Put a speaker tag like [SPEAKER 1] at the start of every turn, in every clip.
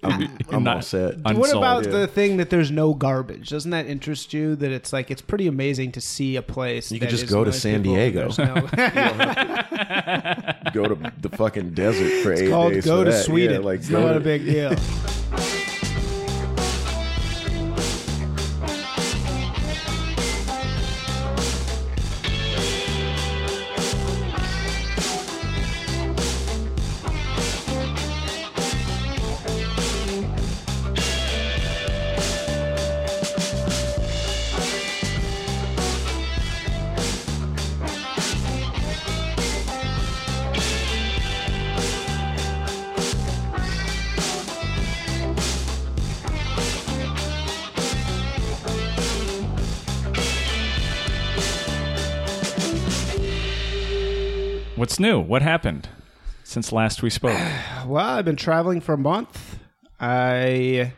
[SPEAKER 1] I'm, I'm
[SPEAKER 2] Not-
[SPEAKER 1] all set.
[SPEAKER 2] Unsolved.
[SPEAKER 3] What about the thing that there's no garbage? Doesn't that interest you? That it's like it's pretty amazing to see a place.
[SPEAKER 1] You could
[SPEAKER 3] that
[SPEAKER 1] just
[SPEAKER 3] is
[SPEAKER 1] go to
[SPEAKER 3] nice
[SPEAKER 1] San
[SPEAKER 3] people.
[SPEAKER 1] Diego.
[SPEAKER 3] There's no-
[SPEAKER 1] Go to the fucking desert for eight
[SPEAKER 3] called
[SPEAKER 1] days.
[SPEAKER 3] go
[SPEAKER 1] for
[SPEAKER 3] to
[SPEAKER 1] that.
[SPEAKER 3] Sweden.
[SPEAKER 1] Yeah, like
[SPEAKER 3] it's
[SPEAKER 1] go
[SPEAKER 3] not
[SPEAKER 1] to-
[SPEAKER 3] a big deal.
[SPEAKER 2] What's new? What happened since last we spoke?
[SPEAKER 3] well, I've been traveling for a month. I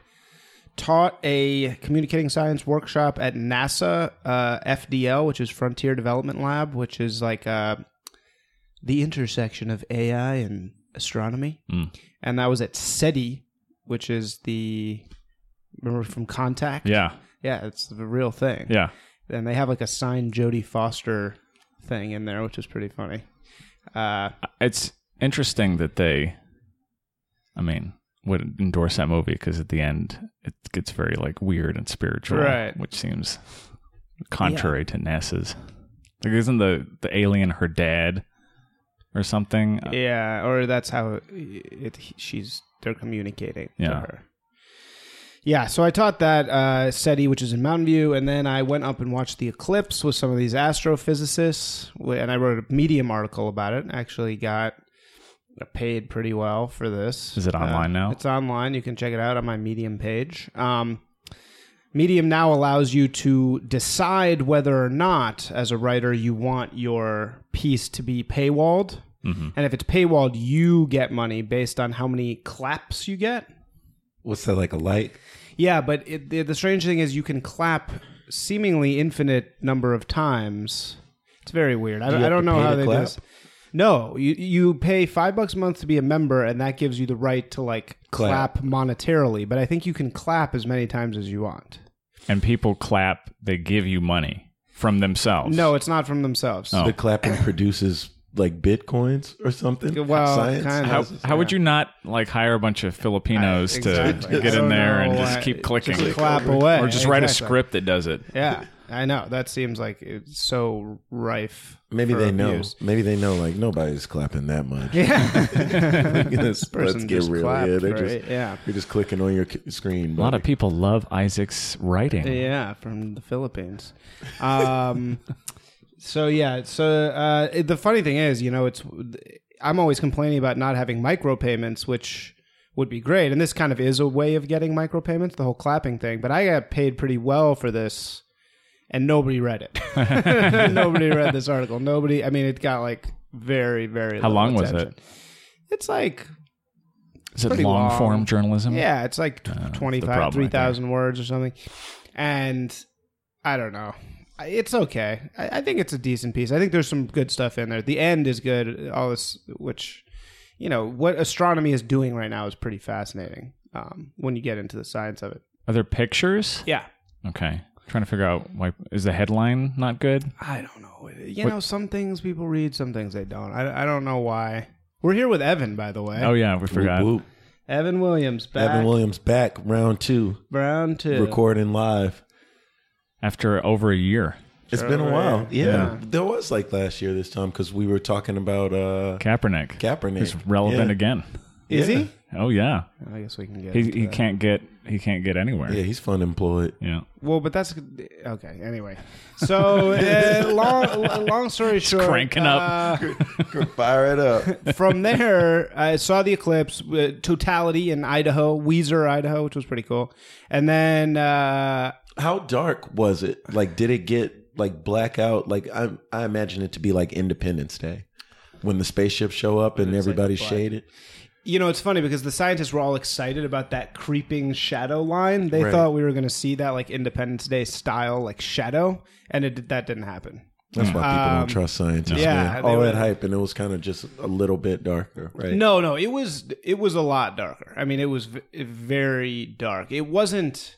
[SPEAKER 3] taught a communicating science workshop at NASA uh, FDL, which is Frontier Development Lab, which is like uh, the intersection of AI and astronomy.
[SPEAKER 1] Mm.
[SPEAKER 3] And I was at SETI, which is the remember from Contact.
[SPEAKER 2] yeah,
[SPEAKER 3] yeah, it's the real thing.
[SPEAKER 2] yeah.
[SPEAKER 3] and they have like a signed Jodie Foster thing in there, which is pretty funny. Uh,
[SPEAKER 2] It's interesting that they, I mean, would endorse that movie because at the end it gets very like weird and spiritual,
[SPEAKER 3] Right.
[SPEAKER 2] Which seems contrary to NASA's. Like, isn't the the alien her dad or something?
[SPEAKER 3] yeah, or that's how it, she's they're communicating to
[SPEAKER 2] Yeah.
[SPEAKER 3] her. Yeah, so I taught that uh, SETI, which is in Mountain View, and then I went up and watched the eclipse with some of these astrophysicists, wh- and I wrote a Medium article about it. Actually, got paid pretty well for this.
[SPEAKER 2] Is it online now?
[SPEAKER 3] It's online. You can check it out on my Medium page. Um, Medium now allows you to decide whether or not, as a writer, you want your piece to be paywalled.
[SPEAKER 2] Mm-hmm.
[SPEAKER 3] And if it's paywalled, you get money based on how many claps you get.
[SPEAKER 1] What's that like a light?
[SPEAKER 3] Yeah, but it, the, the strange thing is you can clap seemingly infinite number of times. It's very weird. I, I
[SPEAKER 1] have
[SPEAKER 3] don't
[SPEAKER 1] to
[SPEAKER 3] know
[SPEAKER 1] pay
[SPEAKER 3] how
[SPEAKER 1] to
[SPEAKER 3] they do
[SPEAKER 1] clap?
[SPEAKER 3] this. No, you you pay five bucks a month to be a member, and that gives you the right to like
[SPEAKER 1] Clap.
[SPEAKER 3] clap, monetarily. But I think you can clap as many times as you want.
[SPEAKER 2] And people clap. They give you money from themselves.
[SPEAKER 3] No, it's not from themselves.
[SPEAKER 2] Oh.
[SPEAKER 1] The clapping produces like bitcoins or something.
[SPEAKER 3] Well,
[SPEAKER 1] Science?
[SPEAKER 3] kind of.
[SPEAKER 2] How,
[SPEAKER 3] Houses,
[SPEAKER 2] how would you not like hire a bunch of Filipinos
[SPEAKER 3] I-
[SPEAKER 2] to
[SPEAKER 3] exactly.
[SPEAKER 2] get
[SPEAKER 3] I
[SPEAKER 2] in
[SPEAKER 3] don't
[SPEAKER 2] there and
[SPEAKER 3] know
[SPEAKER 2] just
[SPEAKER 3] why-
[SPEAKER 2] keep clicking?
[SPEAKER 3] Just clap away,
[SPEAKER 2] or just write a
[SPEAKER 3] Exactly.
[SPEAKER 2] script that does it.
[SPEAKER 3] Yeah, I know that seems like it's so rife.
[SPEAKER 1] Maybe
[SPEAKER 3] for
[SPEAKER 1] they know.
[SPEAKER 3] abuse.
[SPEAKER 1] Maybe they know. Like nobody's clapping that much.
[SPEAKER 3] Yeah,
[SPEAKER 1] let's,
[SPEAKER 3] person
[SPEAKER 1] let's get
[SPEAKER 3] just
[SPEAKER 1] real.
[SPEAKER 3] clapped,
[SPEAKER 1] yeah, they're
[SPEAKER 3] right?
[SPEAKER 1] just
[SPEAKER 3] Yeah.
[SPEAKER 1] you're just clicking on your c- screen.
[SPEAKER 2] A lot of people love Isaac's writing.
[SPEAKER 3] Yeah, from the Philippines. Um, so yeah, so uh, it- the funny thing is, you know, it's I'm always complaining about not having micropayments, which would be great, and this kind of is a way of getting micropayments, the whole clapping thing. But I got paid pretty well for this, and nobody read it. nobody read this article. Nobody. I mean, it got like very, very.
[SPEAKER 2] How
[SPEAKER 3] little
[SPEAKER 2] long was
[SPEAKER 3] attention.
[SPEAKER 2] it?
[SPEAKER 3] It's like
[SPEAKER 2] Is it
[SPEAKER 3] pretty
[SPEAKER 2] long,
[SPEAKER 3] long.
[SPEAKER 2] form journalism?
[SPEAKER 3] yeah, it's like tw
[SPEAKER 2] Uh, the problem, I
[SPEAKER 3] 25,
[SPEAKER 2] think.
[SPEAKER 3] 3,000 words or something. And I don't know. I- It's okay. I, I think it's a decent piece. I think there's some good stuff in there. The end is good. All this, which, you know, what astronomy is doing right now is pretty fascinating um, when you get into the science of it.
[SPEAKER 2] Are there pictures?
[SPEAKER 3] Yeah.
[SPEAKER 2] Okay. Trying to figure out why is the headline not good?
[SPEAKER 3] I don't know. You know, some things people read, some things they don't. I, I don't know why. We're here with Evan, by the way.
[SPEAKER 2] Oh yeah, we
[SPEAKER 1] Whoop,
[SPEAKER 2] forgot.
[SPEAKER 1] whoop.
[SPEAKER 3] Evan Williams, back
[SPEAKER 1] Evan Williams back round two,
[SPEAKER 3] Brown too.
[SPEAKER 1] recording live.
[SPEAKER 2] After over a year.
[SPEAKER 1] It's been a while. Yeah.
[SPEAKER 3] Yeah.
[SPEAKER 1] there was like last year this time because we were talking about uh,
[SPEAKER 2] Kaepernick.
[SPEAKER 1] Kaepernick.
[SPEAKER 2] It's relevant
[SPEAKER 1] Yeah.
[SPEAKER 2] again.
[SPEAKER 3] Is
[SPEAKER 1] Yeah.
[SPEAKER 3] he?
[SPEAKER 2] Oh yeah.
[SPEAKER 3] I guess we can get.
[SPEAKER 2] He he can't get he can't get anywhere.
[SPEAKER 1] Yeah, he's fun employed.
[SPEAKER 2] Yeah.
[SPEAKER 3] Well, but that's okay. Anyway, so uh, long long story short,
[SPEAKER 2] cranking up.
[SPEAKER 1] Fire it up.
[SPEAKER 3] uh, from there, I saw the eclipse uh, totality in Idaho, Weezer, Idaho, which was pretty cool. And then uh,
[SPEAKER 1] How dark was it? Like, did it get like blackout? Like, I I imagine it to be like Independence Day when the spaceships show up and everybody's shaded.
[SPEAKER 3] you know, it's funny because the scientists were all excited about that creeping shadow line. They thought we were going to see that like Independence Day style like shadow, and it that didn't happen.
[SPEAKER 1] That's why people
[SPEAKER 3] Um,
[SPEAKER 1] don't trust scientists.
[SPEAKER 3] yeah,
[SPEAKER 1] man.
[SPEAKER 3] they
[SPEAKER 1] all
[SPEAKER 3] were-
[SPEAKER 1] that hype, and it was kind of just a little bit darker, right?
[SPEAKER 3] No, no, it was it was a lot darker. I mean, it was v- very dark. It wasn't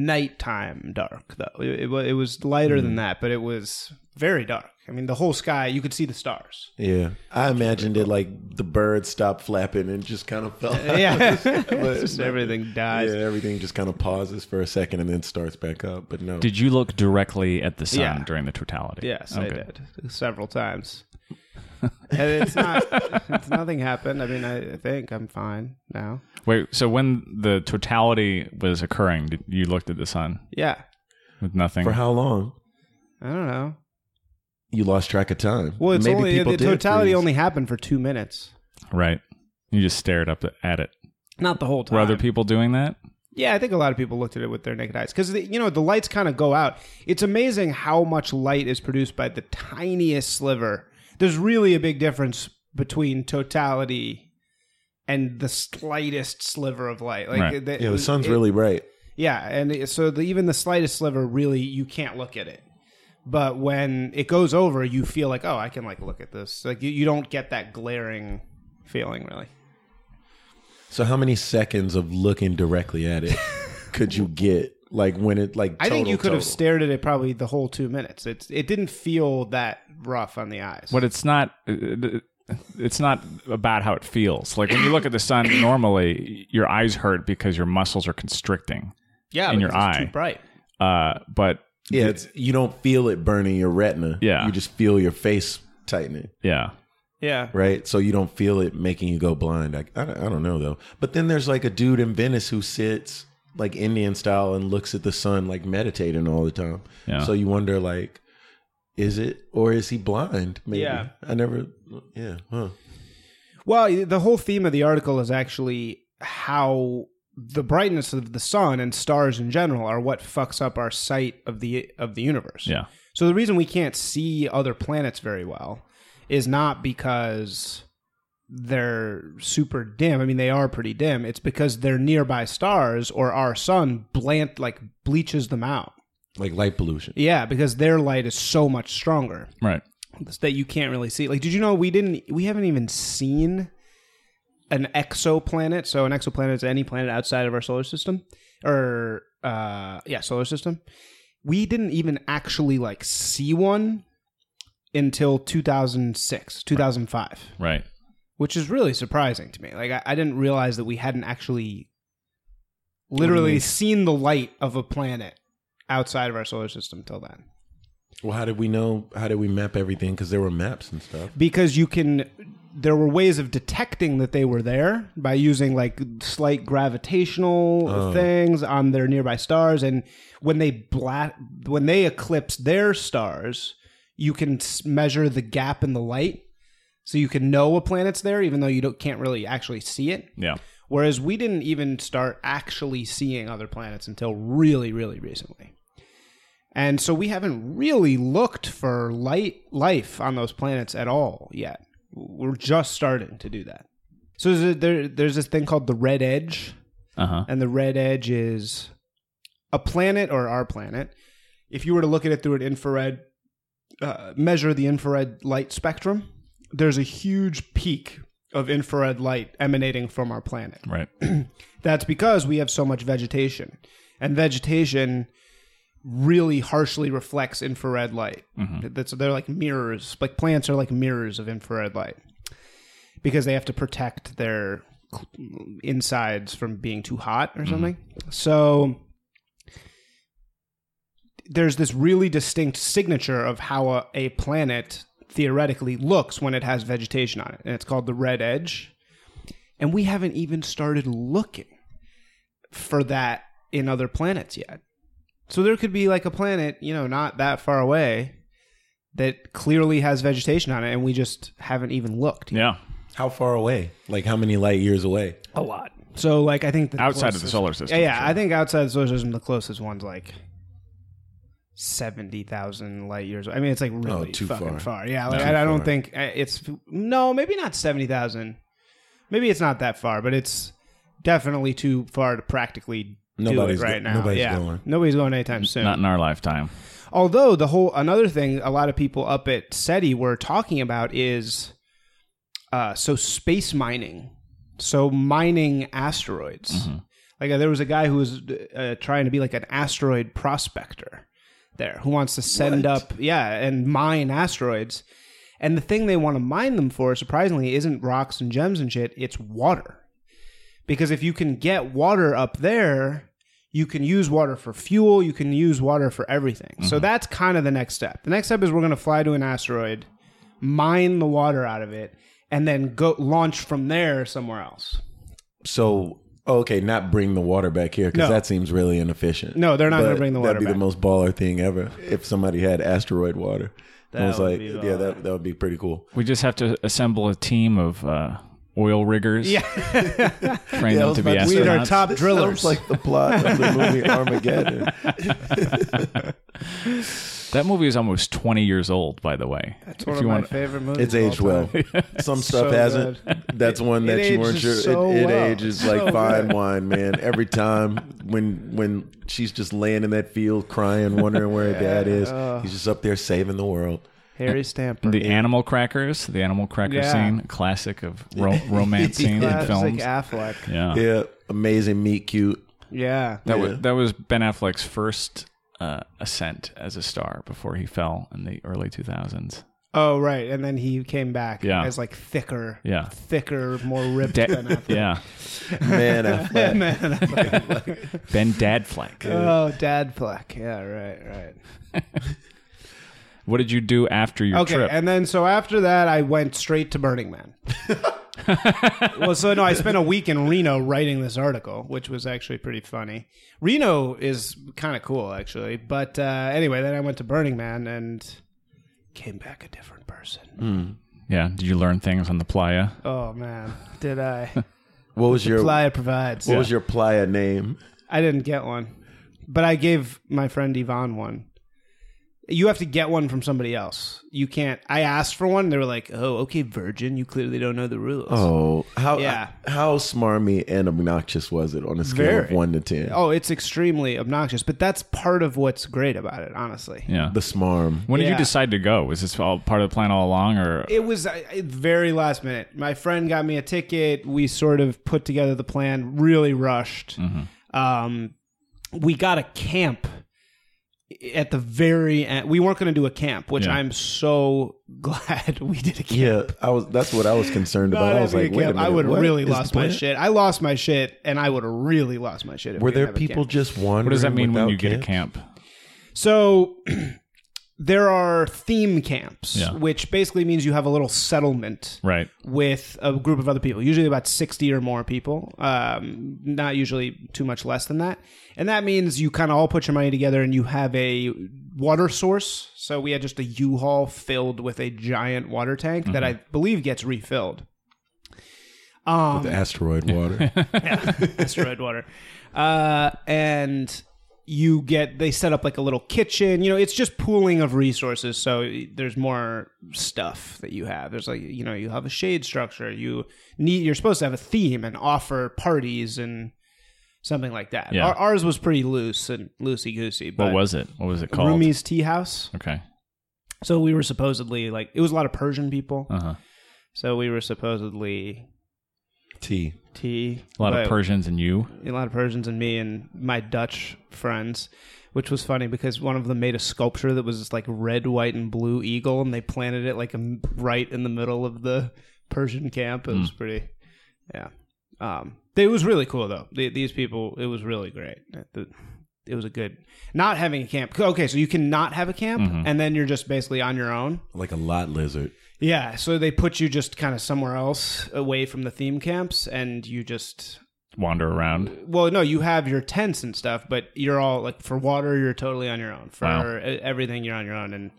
[SPEAKER 3] nighttime dark though. It it, wa- it was lighter
[SPEAKER 1] Hmm.
[SPEAKER 3] than that, but it was very dark. I mean, the whole sky you could see the stars.
[SPEAKER 1] Yeah, I imagined it like the bird stopped flapping and just kind of fell. out.
[SPEAKER 3] Yeah,
[SPEAKER 1] But-
[SPEAKER 3] just everything
[SPEAKER 1] yeah,
[SPEAKER 3] dies.
[SPEAKER 1] everything just kind of pauses for a second and then starts back up. But no,
[SPEAKER 2] Did you look directly at the sun
[SPEAKER 3] Yeah.
[SPEAKER 2] during the totality? Oh,
[SPEAKER 3] Yes, I
[SPEAKER 2] Okay.
[SPEAKER 3] did several times. and it's not. It's, nothing happened. I mean, I I think I'm fine now.
[SPEAKER 2] Wait, so when the totality was occurring, did- you looked at the sun
[SPEAKER 3] Yeah,
[SPEAKER 2] with nothing?
[SPEAKER 1] for how long?
[SPEAKER 3] I don't know.
[SPEAKER 1] You lost track of time.
[SPEAKER 3] Well, it's
[SPEAKER 1] Maybe
[SPEAKER 3] only
[SPEAKER 1] people
[SPEAKER 3] the
[SPEAKER 1] did
[SPEAKER 3] totality
[SPEAKER 1] freeze.
[SPEAKER 3] only happened for two minutes,
[SPEAKER 2] right. You just stared up at it.
[SPEAKER 3] not the whole time.
[SPEAKER 2] Were other people doing that?
[SPEAKER 3] Yeah, I think a lot of people looked at it with their naked eyes because you know the lights kind of go out. It's amazing how much light is produced by the tiniest sliver. There's really a big difference between totality and the slightest sliver of light. Like
[SPEAKER 2] Right.
[SPEAKER 1] Yeah, the sun's
[SPEAKER 3] it-
[SPEAKER 1] really bright.
[SPEAKER 3] yeah, and it, so the, even the slightest sliver, really, you can't look at it. But when it goes over, you feel like, oh, I can like look at this. Like you, you don't get that glaring feeling really.
[SPEAKER 1] So how many seconds of looking directly at it could you get? Like when it like
[SPEAKER 3] I think
[SPEAKER 1] total,
[SPEAKER 3] you could have
[SPEAKER 1] total?
[SPEAKER 3] stared at it probably the whole two minutes. It's it didn't feel that rough on the eyes.
[SPEAKER 2] But it's not. uh, It's not about how it feels. Like when you look at the sun normally, your eyes hurt because your muscles are constricting.
[SPEAKER 3] yeah,
[SPEAKER 2] in
[SPEAKER 3] because
[SPEAKER 2] your
[SPEAKER 3] it's
[SPEAKER 2] eye.
[SPEAKER 3] too bright.
[SPEAKER 2] Uh, but
[SPEAKER 1] Yeah, it's, you don't feel it burning your retina.
[SPEAKER 2] Yeah.
[SPEAKER 1] you just feel your face tightening,
[SPEAKER 2] yeah,
[SPEAKER 3] Yeah,
[SPEAKER 1] right? So you don't feel it making you go blind. I, I, don't- I don't know though. But then there's like a dude in Venice who sits like Indian style and looks at the sun like meditating all the time.
[SPEAKER 2] Yeah.
[SPEAKER 1] So you wonder like, is it or is he blind? Maybe
[SPEAKER 3] Yeah.
[SPEAKER 1] I never. Yeah, huh?
[SPEAKER 3] Well, the whole theme of the article is actually how the brightness of the sun and stars in general are what fucks up our sight of the of the universe.
[SPEAKER 2] yeah.
[SPEAKER 3] So the reason we can't see other planets very well is not because they're super dim. I mean, they are pretty dim. It's because their nearby stars or our sun blant like bleaches them out.
[SPEAKER 1] Like light pollution.
[SPEAKER 3] Yeah, because their light is so much stronger
[SPEAKER 2] Right.
[SPEAKER 3] that you can't really see. Like, did you know we didn't? We haven't even seen an exoplanet. So an exoplanet is any planet outside of our solar system, or uh, yeah, solar system. We didn't even actually like see one until 2006, 2005,
[SPEAKER 2] Right.
[SPEAKER 3] which is really surprising to me. Like, I, I didn't realize that we hadn't actually literally seen the light of a planet outside of our solar system till then.
[SPEAKER 1] Well, how did we know? How did we map everything? Because there were maps and stuff.
[SPEAKER 3] because you can there were ways of detecting that they were there by using like slight gravitational things on their nearby stars and when they bla- when they eclipse their stars you can s- measure the gap in the light so you can know a planet's there even though you don't, can't really actually see it
[SPEAKER 2] Yeah.
[SPEAKER 3] whereas we didn't even start actually seeing other planets until really really recently and so we haven't really looked for light life on those planets at all yet we're just starting to do that so there's, a, there, there's this thing called the red edge
[SPEAKER 2] Uh huh.
[SPEAKER 3] and the red edge is a planet or our planet if you were to look at it through an infrared uh, measure the infrared light spectrum there's a huge peak of infrared light emanating from our planet
[SPEAKER 2] Right.
[SPEAKER 3] that's because we have so much vegetation. And vegetation really harshly reflects infrared light.
[SPEAKER 2] Mm-hmm.
[SPEAKER 3] That's they're like mirrors. Like plants are like mirrors of infrared light because they have to protect their insides from being too hot or something. So there's this really distinct signature of how a, a planet theoretically looks when it has vegetation on it, and it's called the red edge. And we haven't even started looking for that in other planets yet. So there could be like a planet, you know, not that far away that clearly has vegetation on it, and we just haven't even looked.
[SPEAKER 2] Yeah.
[SPEAKER 1] How far away? Like how many light years away?
[SPEAKER 3] A lot. So, like, I think the
[SPEAKER 2] Outside of the
[SPEAKER 3] closest-
[SPEAKER 2] solar system.
[SPEAKER 3] yeah, yeah. I think outside the solar system, the closest one's like seventy thousand light years. I mean, it's like really
[SPEAKER 1] Oh, too
[SPEAKER 3] fucking far.
[SPEAKER 1] far.
[SPEAKER 3] Yeah, like,
[SPEAKER 1] Too
[SPEAKER 3] I, I don't
[SPEAKER 1] far.
[SPEAKER 3] think I- it's no, maybe not seventy thousand. Maybe it's not that far, but it's definitely too far to practically do
[SPEAKER 1] Nobody's
[SPEAKER 3] it right
[SPEAKER 1] go-
[SPEAKER 3] now.
[SPEAKER 1] nobody's
[SPEAKER 3] yeah.
[SPEAKER 1] going.
[SPEAKER 3] Nobody's going anytime soon.
[SPEAKER 2] Not in our lifetime.
[SPEAKER 3] Although the whole another thing a lot of people up at SETI were talking about is uh, so space mining, so mining asteroids. Like uh, there was a guy who was uh, trying to be like an asteroid prospector there, who wants to send up yeah and mine asteroids. And the thing they want to mine them for, surprisingly, isn't rocks and gems and shit. It's water, because if you can get water up there, you can use water for fuel. You can use water for everything.
[SPEAKER 2] Mm-hmm.
[SPEAKER 3] So that's kind of the next step. The next step is we're going to fly to an asteroid, mine the water out of it, and then go launch from there somewhere else.
[SPEAKER 1] So oh, okay, not bring the water back here because
[SPEAKER 3] No.
[SPEAKER 1] that seems really inefficient.
[SPEAKER 3] No, they're not gonna
[SPEAKER 1] But
[SPEAKER 3] bring the water
[SPEAKER 1] That'd be
[SPEAKER 3] back.
[SPEAKER 1] the most baller thing ever if somebody had asteroid water. I was
[SPEAKER 3] would
[SPEAKER 1] like,
[SPEAKER 3] be
[SPEAKER 1] yeah, that that would be pretty cool.
[SPEAKER 2] We just have to assemble a team of uh, oil riggers. Yeah. train
[SPEAKER 1] Yeah, I
[SPEAKER 2] them
[SPEAKER 1] was
[SPEAKER 2] to be
[SPEAKER 1] about to
[SPEAKER 2] astronauts.
[SPEAKER 1] say,
[SPEAKER 3] We are top
[SPEAKER 1] This
[SPEAKER 3] drillers.
[SPEAKER 1] sounds like the plot of the movie Armageddon.
[SPEAKER 2] that movie is almost 20 years old, by the way.
[SPEAKER 3] It's
[SPEAKER 2] If
[SPEAKER 3] one
[SPEAKER 2] you
[SPEAKER 3] of my
[SPEAKER 2] want-
[SPEAKER 3] favorite
[SPEAKER 1] It's
[SPEAKER 3] movies. of all
[SPEAKER 1] aged well.
[SPEAKER 3] time.
[SPEAKER 1] Some
[SPEAKER 3] It's
[SPEAKER 1] stuff
[SPEAKER 3] so
[SPEAKER 1] hasn't. That's one that
[SPEAKER 3] It
[SPEAKER 1] you weren't
[SPEAKER 3] ages
[SPEAKER 1] sure.
[SPEAKER 3] so
[SPEAKER 1] it it
[SPEAKER 3] well.
[SPEAKER 1] ages like fine wine, man. Every time when when she's just laying in that field crying, wondering where her dad is,
[SPEAKER 3] uh.
[SPEAKER 1] he's just up there saving the world.
[SPEAKER 3] Harry Stamper.
[SPEAKER 2] the animal crackers, the animal cracker
[SPEAKER 3] Yeah.
[SPEAKER 2] scene, classic of ro- romance scene in
[SPEAKER 3] Classic
[SPEAKER 2] films.
[SPEAKER 3] Affleck.
[SPEAKER 2] Yeah.
[SPEAKER 1] Yeah, amazing, meet, cute.
[SPEAKER 3] Yeah.
[SPEAKER 2] That was that was Ben Affleck's first uh, ascent as a star before he fell in the early 2000s.
[SPEAKER 3] Oh right, and then he came back
[SPEAKER 2] Yeah.
[SPEAKER 3] as like thicker,
[SPEAKER 2] Yeah.
[SPEAKER 3] thicker, more ripped
[SPEAKER 2] Da-
[SPEAKER 3] than Affleck.
[SPEAKER 2] yeah.
[SPEAKER 1] Man, Affleck.
[SPEAKER 2] Ben Dadfleck.
[SPEAKER 3] Oh, Dad Fleck. Yeah, right, right.
[SPEAKER 2] What did you do after your
[SPEAKER 3] Okay,
[SPEAKER 2] trip?
[SPEAKER 3] and then so after that, I went straight to Burning Man. well, so no, I spent a week in Reno writing this article, which was actually pretty funny. Reno is kind of cool, actually. But uh, anyway, then I went to Burning Man and came back a different person.
[SPEAKER 2] yeah. Did you learn things on the playa?
[SPEAKER 3] Oh man, did I?
[SPEAKER 1] What was your
[SPEAKER 3] Playa provides.
[SPEAKER 1] What was your playa name?
[SPEAKER 3] I didn't get one, but I gave my friend Yvonne one. You have to get one from somebody else. You can't. I asked for one. They were like, "Oh, okay, virgin. You clearly don't know the rules."
[SPEAKER 1] Oh, how
[SPEAKER 3] Yeah.
[SPEAKER 1] how smarmy and obnoxious was it on a scale of
[SPEAKER 3] Very.
[SPEAKER 1] one to ten?
[SPEAKER 3] Oh, it's extremely obnoxious, but that's part of what's great about it, honestly.
[SPEAKER 2] Yeah.
[SPEAKER 1] The smarm.
[SPEAKER 2] when did you
[SPEAKER 3] Yeah.
[SPEAKER 2] decide to go? Was this all part of the plan all along, or
[SPEAKER 3] It was uh, uh, very last minute. My friend got me a ticket. We sort of put together the plan, really rushed.
[SPEAKER 1] Mm-hmm.
[SPEAKER 3] Um, we got a camp at the very end. We weren't going to do a camp, which
[SPEAKER 2] Yeah.
[SPEAKER 3] I'm so glad we did a camp.
[SPEAKER 1] Yeah, I was. That's what I was concerned
[SPEAKER 3] Not
[SPEAKER 1] about. I was like,
[SPEAKER 3] having a
[SPEAKER 1] wait a
[SPEAKER 3] camp,
[SPEAKER 1] minute,
[SPEAKER 3] I would have
[SPEAKER 1] what
[SPEAKER 3] really
[SPEAKER 1] is the
[SPEAKER 3] lost my
[SPEAKER 1] plan?
[SPEAKER 3] shit. I lost my shit, and I would have really lost my shit. If
[SPEAKER 1] Were
[SPEAKER 3] we didn't
[SPEAKER 1] there
[SPEAKER 3] have a
[SPEAKER 1] people
[SPEAKER 3] camp.
[SPEAKER 1] just wandering?
[SPEAKER 2] what does that mean when
[SPEAKER 1] without
[SPEAKER 2] you get a
[SPEAKER 1] camps?
[SPEAKER 2] camp?
[SPEAKER 3] So there are theme camps,
[SPEAKER 2] Yeah.
[SPEAKER 3] which basically means you have a little settlement
[SPEAKER 2] Right.
[SPEAKER 3] with a group of other people, usually about 60 or more people, um, not usually too much less than that. And that means you kind of all put your money together and you have a water source. So we had just a U haul filled with a giant water tank that I believe gets refilled. Um,
[SPEAKER 1] The asteroid water.
[SPEAKER 3] asteroid water. Uh, and you get they set up like a little kitchen. You know, it's just pooling of resources. So there's more stuff that you have. There's like you know you have a shade structure. You need you're supposed to have a theme and offer parties and something like that.
[SPEAKER 2] Yeah.
[SPEAKER 3] Our, ours was pretty loose and loosey goosey.
[SPEAKER 2] What was it? What was it called?
[SPEAKER 3] Rumi's Tea House?
[SPEAKER 2] Okay.
[SPEAKER 3] So we were supposedly like it was a lot of Persian people.
[SPEAKER 2] Uh huh.
[SPEAKER 3] So we were supposedly
[SPEAKER 1] T.
[SPEAKER 3] tea.
[SPEAKER 2] A lot
[SPEAKER 3] but-
[SPEAKER 2] of Persians and you.
[SPEAKER 3] a lot of Persians and me and my Dutch friends, which was funny because one of them made a sculpture that was this like red, white, and blue eagle, and they planted it like m- right in the middle of the Persian camp. It was pretty, yeah. Um, it was really cool though. The, these people, it was really great. The- It was a good not having a camp. Okay, so you can not have a camp, and then you're just basically on your own.
[SPEAKER 1] Like a lot lizard.
[SPEAKER 3] Yeah, so they put you just kind of somewhere else away from the theme camps, and you just
[SPEAKER 2] Wander around.
[SPEAKER 3] well no you have your tents and stuff but you're all like for water you're totally on your own for
[SPEAKER 2] Wow.
[SPEAKER 3] e- everything you're on your own and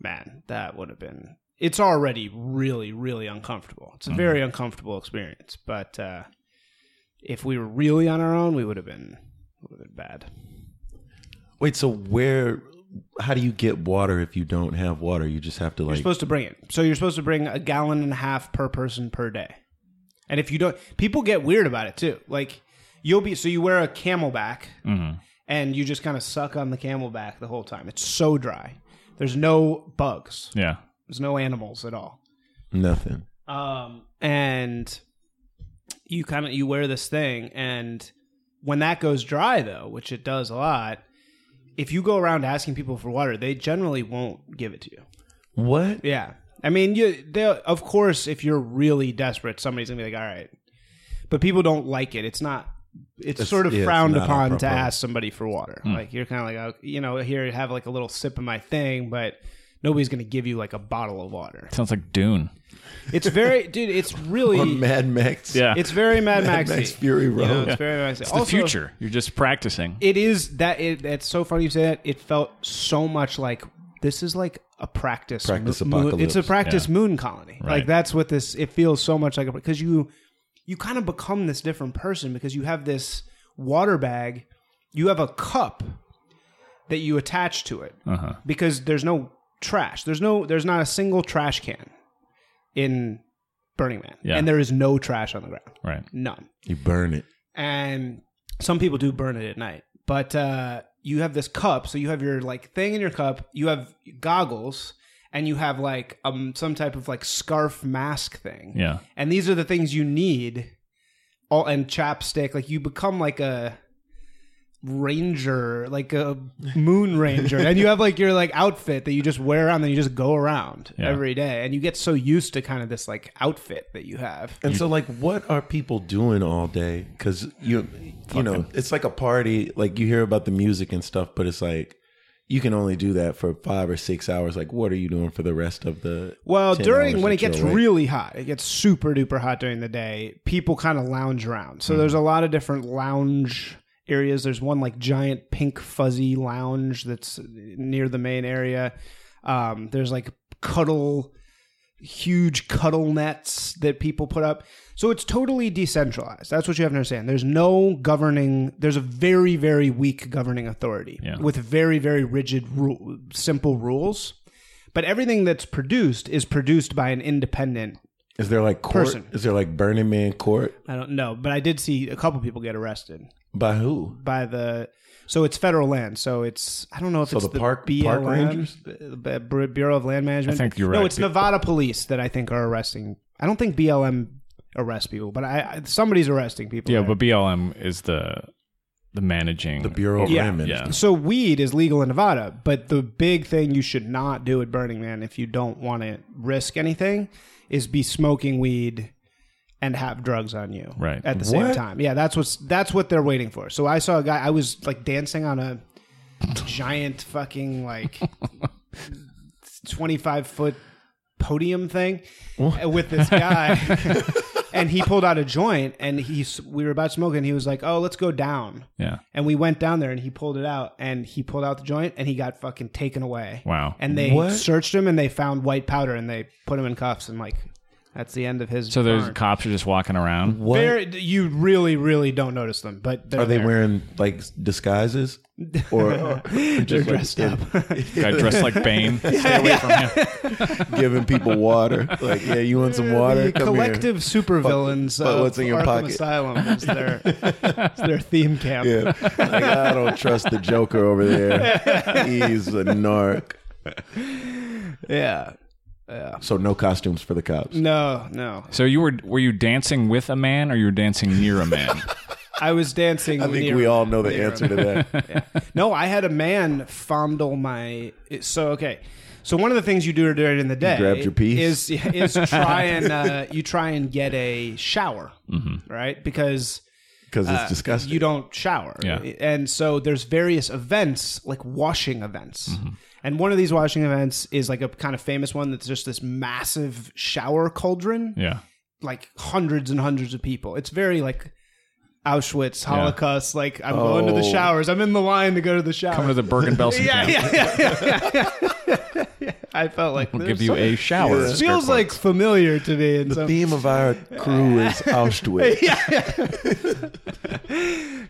[SPEAKER 3] man that would have been it's already really really uncomfortable it's a very uncomfortable experience but uh if we were really on our own we would have been would have been bad
[SPEAKER 1] Wait, so where? How do you get water if you don't have water? You just have to
[SPEAKER 3] you're
[SPEAKER 1] like.
[SPEAKER 3] supposed to bring it so you're supposed to bring a gallon and a half per person per day and if you don't people get weird about it too like you'll be so you wear a camelback
[SPEAKER 2] Mm-hmm.
[SPEAKER 3] and you just kind of suck on the camelback the whole time. It's so dry. There's no bugs.
[SPEAKER 2] Yeah.
[SPEAKER 3] There's no animals at all.
[SPEAKER 1] Nothing.
[SPEAKER 3] Um, and you kind of you wear this thing, and when that goes dry, though, which it does a lot, if you go around asking people for water, they generally won't give it to you.
[SPEAKER 1] What?
[SPEAKER 3] Yeah. I mean, you they of course if you're really desperate, somebody's going to be like, "All right." But people don't like it. It's not it's,
[SPEAKER 1] It's-
[SPEAKER 3] sort of
[SPEAKER 1] yeah, it's
[SPEAKER 3] frowned
[SPEAKER 1] not
[SPEAKER 3] upon to
[SPEAKER 1] appropriate.
[SPEAKER 3] ask somebody for water.
[SPEAKER 2] Hmm.
[SPEAKER 3] Like you're kind of like, oh, you know, here have like a little sip of my thing, but nobody's going to give you like a bottle of water.
[SPEAKER 2] Sounds like Dune.
[SPEAKER 3] It's very dude, it's really
[SPEAKER 1] Or Mad Max?
[SPEAKER 2] Yeah.
[SPEAKER 3] it's very Mad,
[SPEAKER 1] Mad
[SPEAKER 3] Maxy.
[SPEAKER 1] Max Fury
[SPEAKER 3] You know,
[SPEAKER 1] Road.
[SPEAKER 3] it's very Mad Maxy.
[SPEAKER 2] It's the future. You're just practicing.
[SPEAKER 3] It is that it, it's so funny you say that. It felt so much like this is like a practice.
[SPEAKER 1] Practice
[SPEAKER 3] moon-
[SPEAKER 1] apocalypse.
[SPEAKER 3] It's a practice moon colony. Like
[SPEAKER 2] Right.
[SPEAKER 3] that's what this. It feels so much like a because you you kind of become this different person because you have this water bag. You have a cup that you attach to it
[SPEAKER 2] Uh-huh.
[SPEAKER 3] because there's no trash. There's no. There's not a single trash can in Burning Man,
[SPEAKER 2] Yeah.
[SPEAKER 3] and there is no trash on the ground.
[SPEAKER 2] Right.
[SPEAKER 3] None
[SPEAKER 1] You burn it.
[SPEAKER 3] and some people do burn it at night but uh, you have this cup so you have your like thing in your cup you have goggles and you have like um some type of like scarf mask thing
[SPEAKER 2] Yeah.
[SPEAKER 3] and these are the things you need all and chapstick like you become like a ranger like a moon ranger and you have like your like outfit that you just wear around and you just go around
[SPEAKER 2] Yeah.
[SPEAKER 3] every day and you get so used to kind of this like outfit that you have
[SPEAKER 1] And so, like, what are people doing all day? Because you, you know, it's like a party. Like you hear about the music and stuff, but it's like you can only do that for five or six hours. Like, what are you doing for the rest of the?
[SPEAKER 3] Well,
[SPEAKER 1] 10
[SPEAKER 3] during
[SPEAKER 1] hours
[SPEAKER 3] when it
[SPEAKER 1] that you're
[SPEAKER 3] gets
[SPEAKER 1] awake?
[SPEAKER 3] really hot, it gets super duper hot during the day. People kind of lounge around. So there's a lot of different lounge areas. There's one like giant pink fuzzy lounge that's near the main area. Um, there's like cuddle, huge cuddle nets that people put up. So it's totally decentralized. That's what you have to understand. There's no governing. There's a very very weak governing authority
[SPEAKER 2] Yeah.
[SPEAKER 3] with very very rigid rule, simple rules but everything that's produced is produced by an independent
[SPEAKER 1] is there like court?
[SPEAKER 3] Person.
[SPEAKER 1] Is there like Burning Man court?
[SPEAKER 3] i don't know but i did see a couple people get arrested
[SPEAKER 1] By who?
[SPEAKER 3] by the so it's federal land so it's i don't know if
[SPEAKER 1] So
[SPEAKER 3] it's
[SPEAKER 1] the park-
[SPEAKER 3] BLM,
[SPEAKER 1] park rangers?
[SPEAKER 3] the the Bu- bureau of land management
[SPEAKER 2] I think you're
[SPEAKER 3] no
[SPEAKER 2] right.
[SPEAKER 3] it's nevada police that i think are arresting i don't think blm arrests people but i, I somebody's arresting people
[SPEAKER 2] Yeah,
[SPEAKER 3] there.
[SPEAKER 2] but BLM is the the managing
[SPEAKER 1] The Bureau of
[SPEAKER 3] Yeah.
[SPEAKER 1] Land
[SPEAKER 2] Yeah.
[SPEAKER 1] Management.
[SPEAKER 3] so weed is legal in Nevada, but the big thing you should not do at Burning Man if you don't want to risk anything is be smoking weed and have drugs on you
[SPEAKER 2] Right.
[SPEAKER 3] at the same
[SPEAKER 1] What?
[SPEAKER 3] time. Yeah, that's what's that's what they're waiting for. So I saw a guy I was like dancing on a giant fucking like 25 foot podium thing with this guy and he pulled out a joint and he's we were about smoking he was like oh let's go down
[SPEAKER 2] Yeah.
[SPEAKER 3] and we went down there and he pulled it out and he pulled out the joint and he got fucking taken away.
[SPEAKER 2] Wow.
[SPEAKER 3] And they
[SPEAKER 1] What?
[SPEAKER 3] searched him and they found white powder and they put him in cuffs and like that's the end of his.
[SPEAKER 2] so there's
[SPEAKER 3] burn.
[SPEAKER 2] cops are just walking around.
[SPEAKER 1] What
[SPEAKER 3] They're- you really really don't notice them, but they're
[SPEAKER 1] are they
[SPEAKER 3] there.
[SPEAKER 1] wearing? Like disguises, or, or just
[SPEAKER 3] They're
[SPEAKER 1] like
[SPEAKER 3] dressed
[SPEAKER 1] in-
[SPEAKER 3] up.
[SPEAKER 2] Guy dressed like Bane. Stay away from him.
[SPEAKER 1] giving people water. Like, yeah, you want some water?
[SPEAKER 3] the
[SPEAKER 1] Come here.
[SPEAKER 3] collective supervillains
[SPEAKER 1] but
[SPEAKER 3] of
[SPEAKER 1] what's in your
[SPEAKER 3] Arkham
[SPEAKER 1] pocket?
[SPEAKER 3] Asylum is their, is their theme camp.
[SPEAKER 1] Yeah. Like, I don't trust the Joker over there. He's a narc.
[SPEAKER 3] yeah.
[SPEAKER 1] So no costumes for the cops.
[SPEAKER 3] No, no.
[SPEAKER 2] So you were were you dancing with a man or you were dancing near a man?
[SPEAKER 3] I was dancing.
[SPEAKER 1] I think
[SPEAKER 3] near-
[SPEAKER 1] we all know the
[SPEAKER 3] near
[SPEAKER 1] answer to that.
[SPEAKER 3] No, I had a man fondle my. So okay, so one of the things you do during the day
[SPEAKER 1] grabbed your piece?
[SPEAKER 3] is is try and uh, you try and get a shower, right? Because
[SPEAKER 1] Because it's disgusting.
[SPEAKER 3] Uh, you don't shower,
[SPEAKER 2] Yeah.
[SPEAKER 3] and so there's various events like washing events. And one of these washing events is like a kind of famous one that's just this massive shower cauldron
[SPEAKER 2] Yeah.
[SPEAKER 3] like hundreds and hundreds of people. It's very like Auschwitz, Holocaust. Like I'm going to the
[SPEAKER 1] Oh.
[SPEAKER 3] showers. I'm in the line to go to the shower.
[SPEAKER 2] Come to the Bergen Belsen
[SPEAKER 3] yeah,
[SPEAKER 2] camp.
[SPEAKER 3] yeah, yeah, yeah, yeah, yeah, yeah. I felt like
[SPEAKER 2] We'll
[SPEAKER 3] there's
[SPEAKER 2] give you
[SPEAKER 3] something-
[SPEAKER 2] a shower.
[SPEAKER 3] It feels like familiar to me. In
[SPEAKER 1] the
[SPEAKER 3] some,
[SPEAKER 1] theme of our crew is Auschwitz.
[SPEAKER 3] yeah, yeah.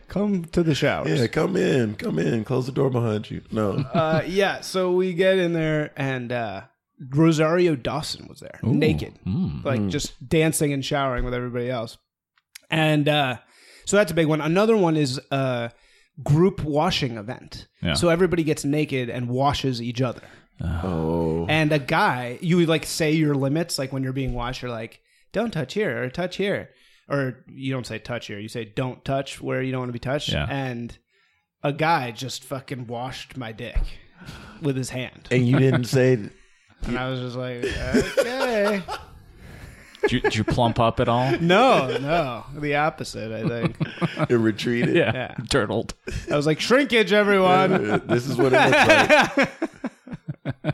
[SPEAKER 3] Come to the showers.
[SPEAKER 1] Yeah, come in, come in, close the door behind you. No,
[SPEAKER 3] Uh, yeah. So we get in there, and uh, Rosario Dawson was there, naked, like just dancing and showering with everybody else. And uh, so that's a big one. Another one is uh, group washing event.
[SPEAKER 2] Yeah.
[SPEAKER 3] So everybody gets naked and washes each other.
[SPEAKER 1] Oh,
[SPEAKER 3] And a guy, you would like say your limits, like when you're being washed, you're like, don't touch here or touch here. Or you don't say touch here, you say don't touch where you don't want to be touched.
[SPEAKER 2] Yeah.
[SPEAKER 3] And a guy just fucking washed my dick with his hand.
[SPEAKER 1] and you didn't say
[SPEAKER 3] And I was just like, okay.
[SPEAKER 2] Did you, did you plump up at all?
[SPEAKER 3] no, no. The opposite, I think.
[SPEAKER 1] it retreated.
[SPEAKER 2] Yeah. Turtled.
[SPEAKER 3] I was like, shrinkage, everyone.
[SPEAKER 1] This is what it looks like.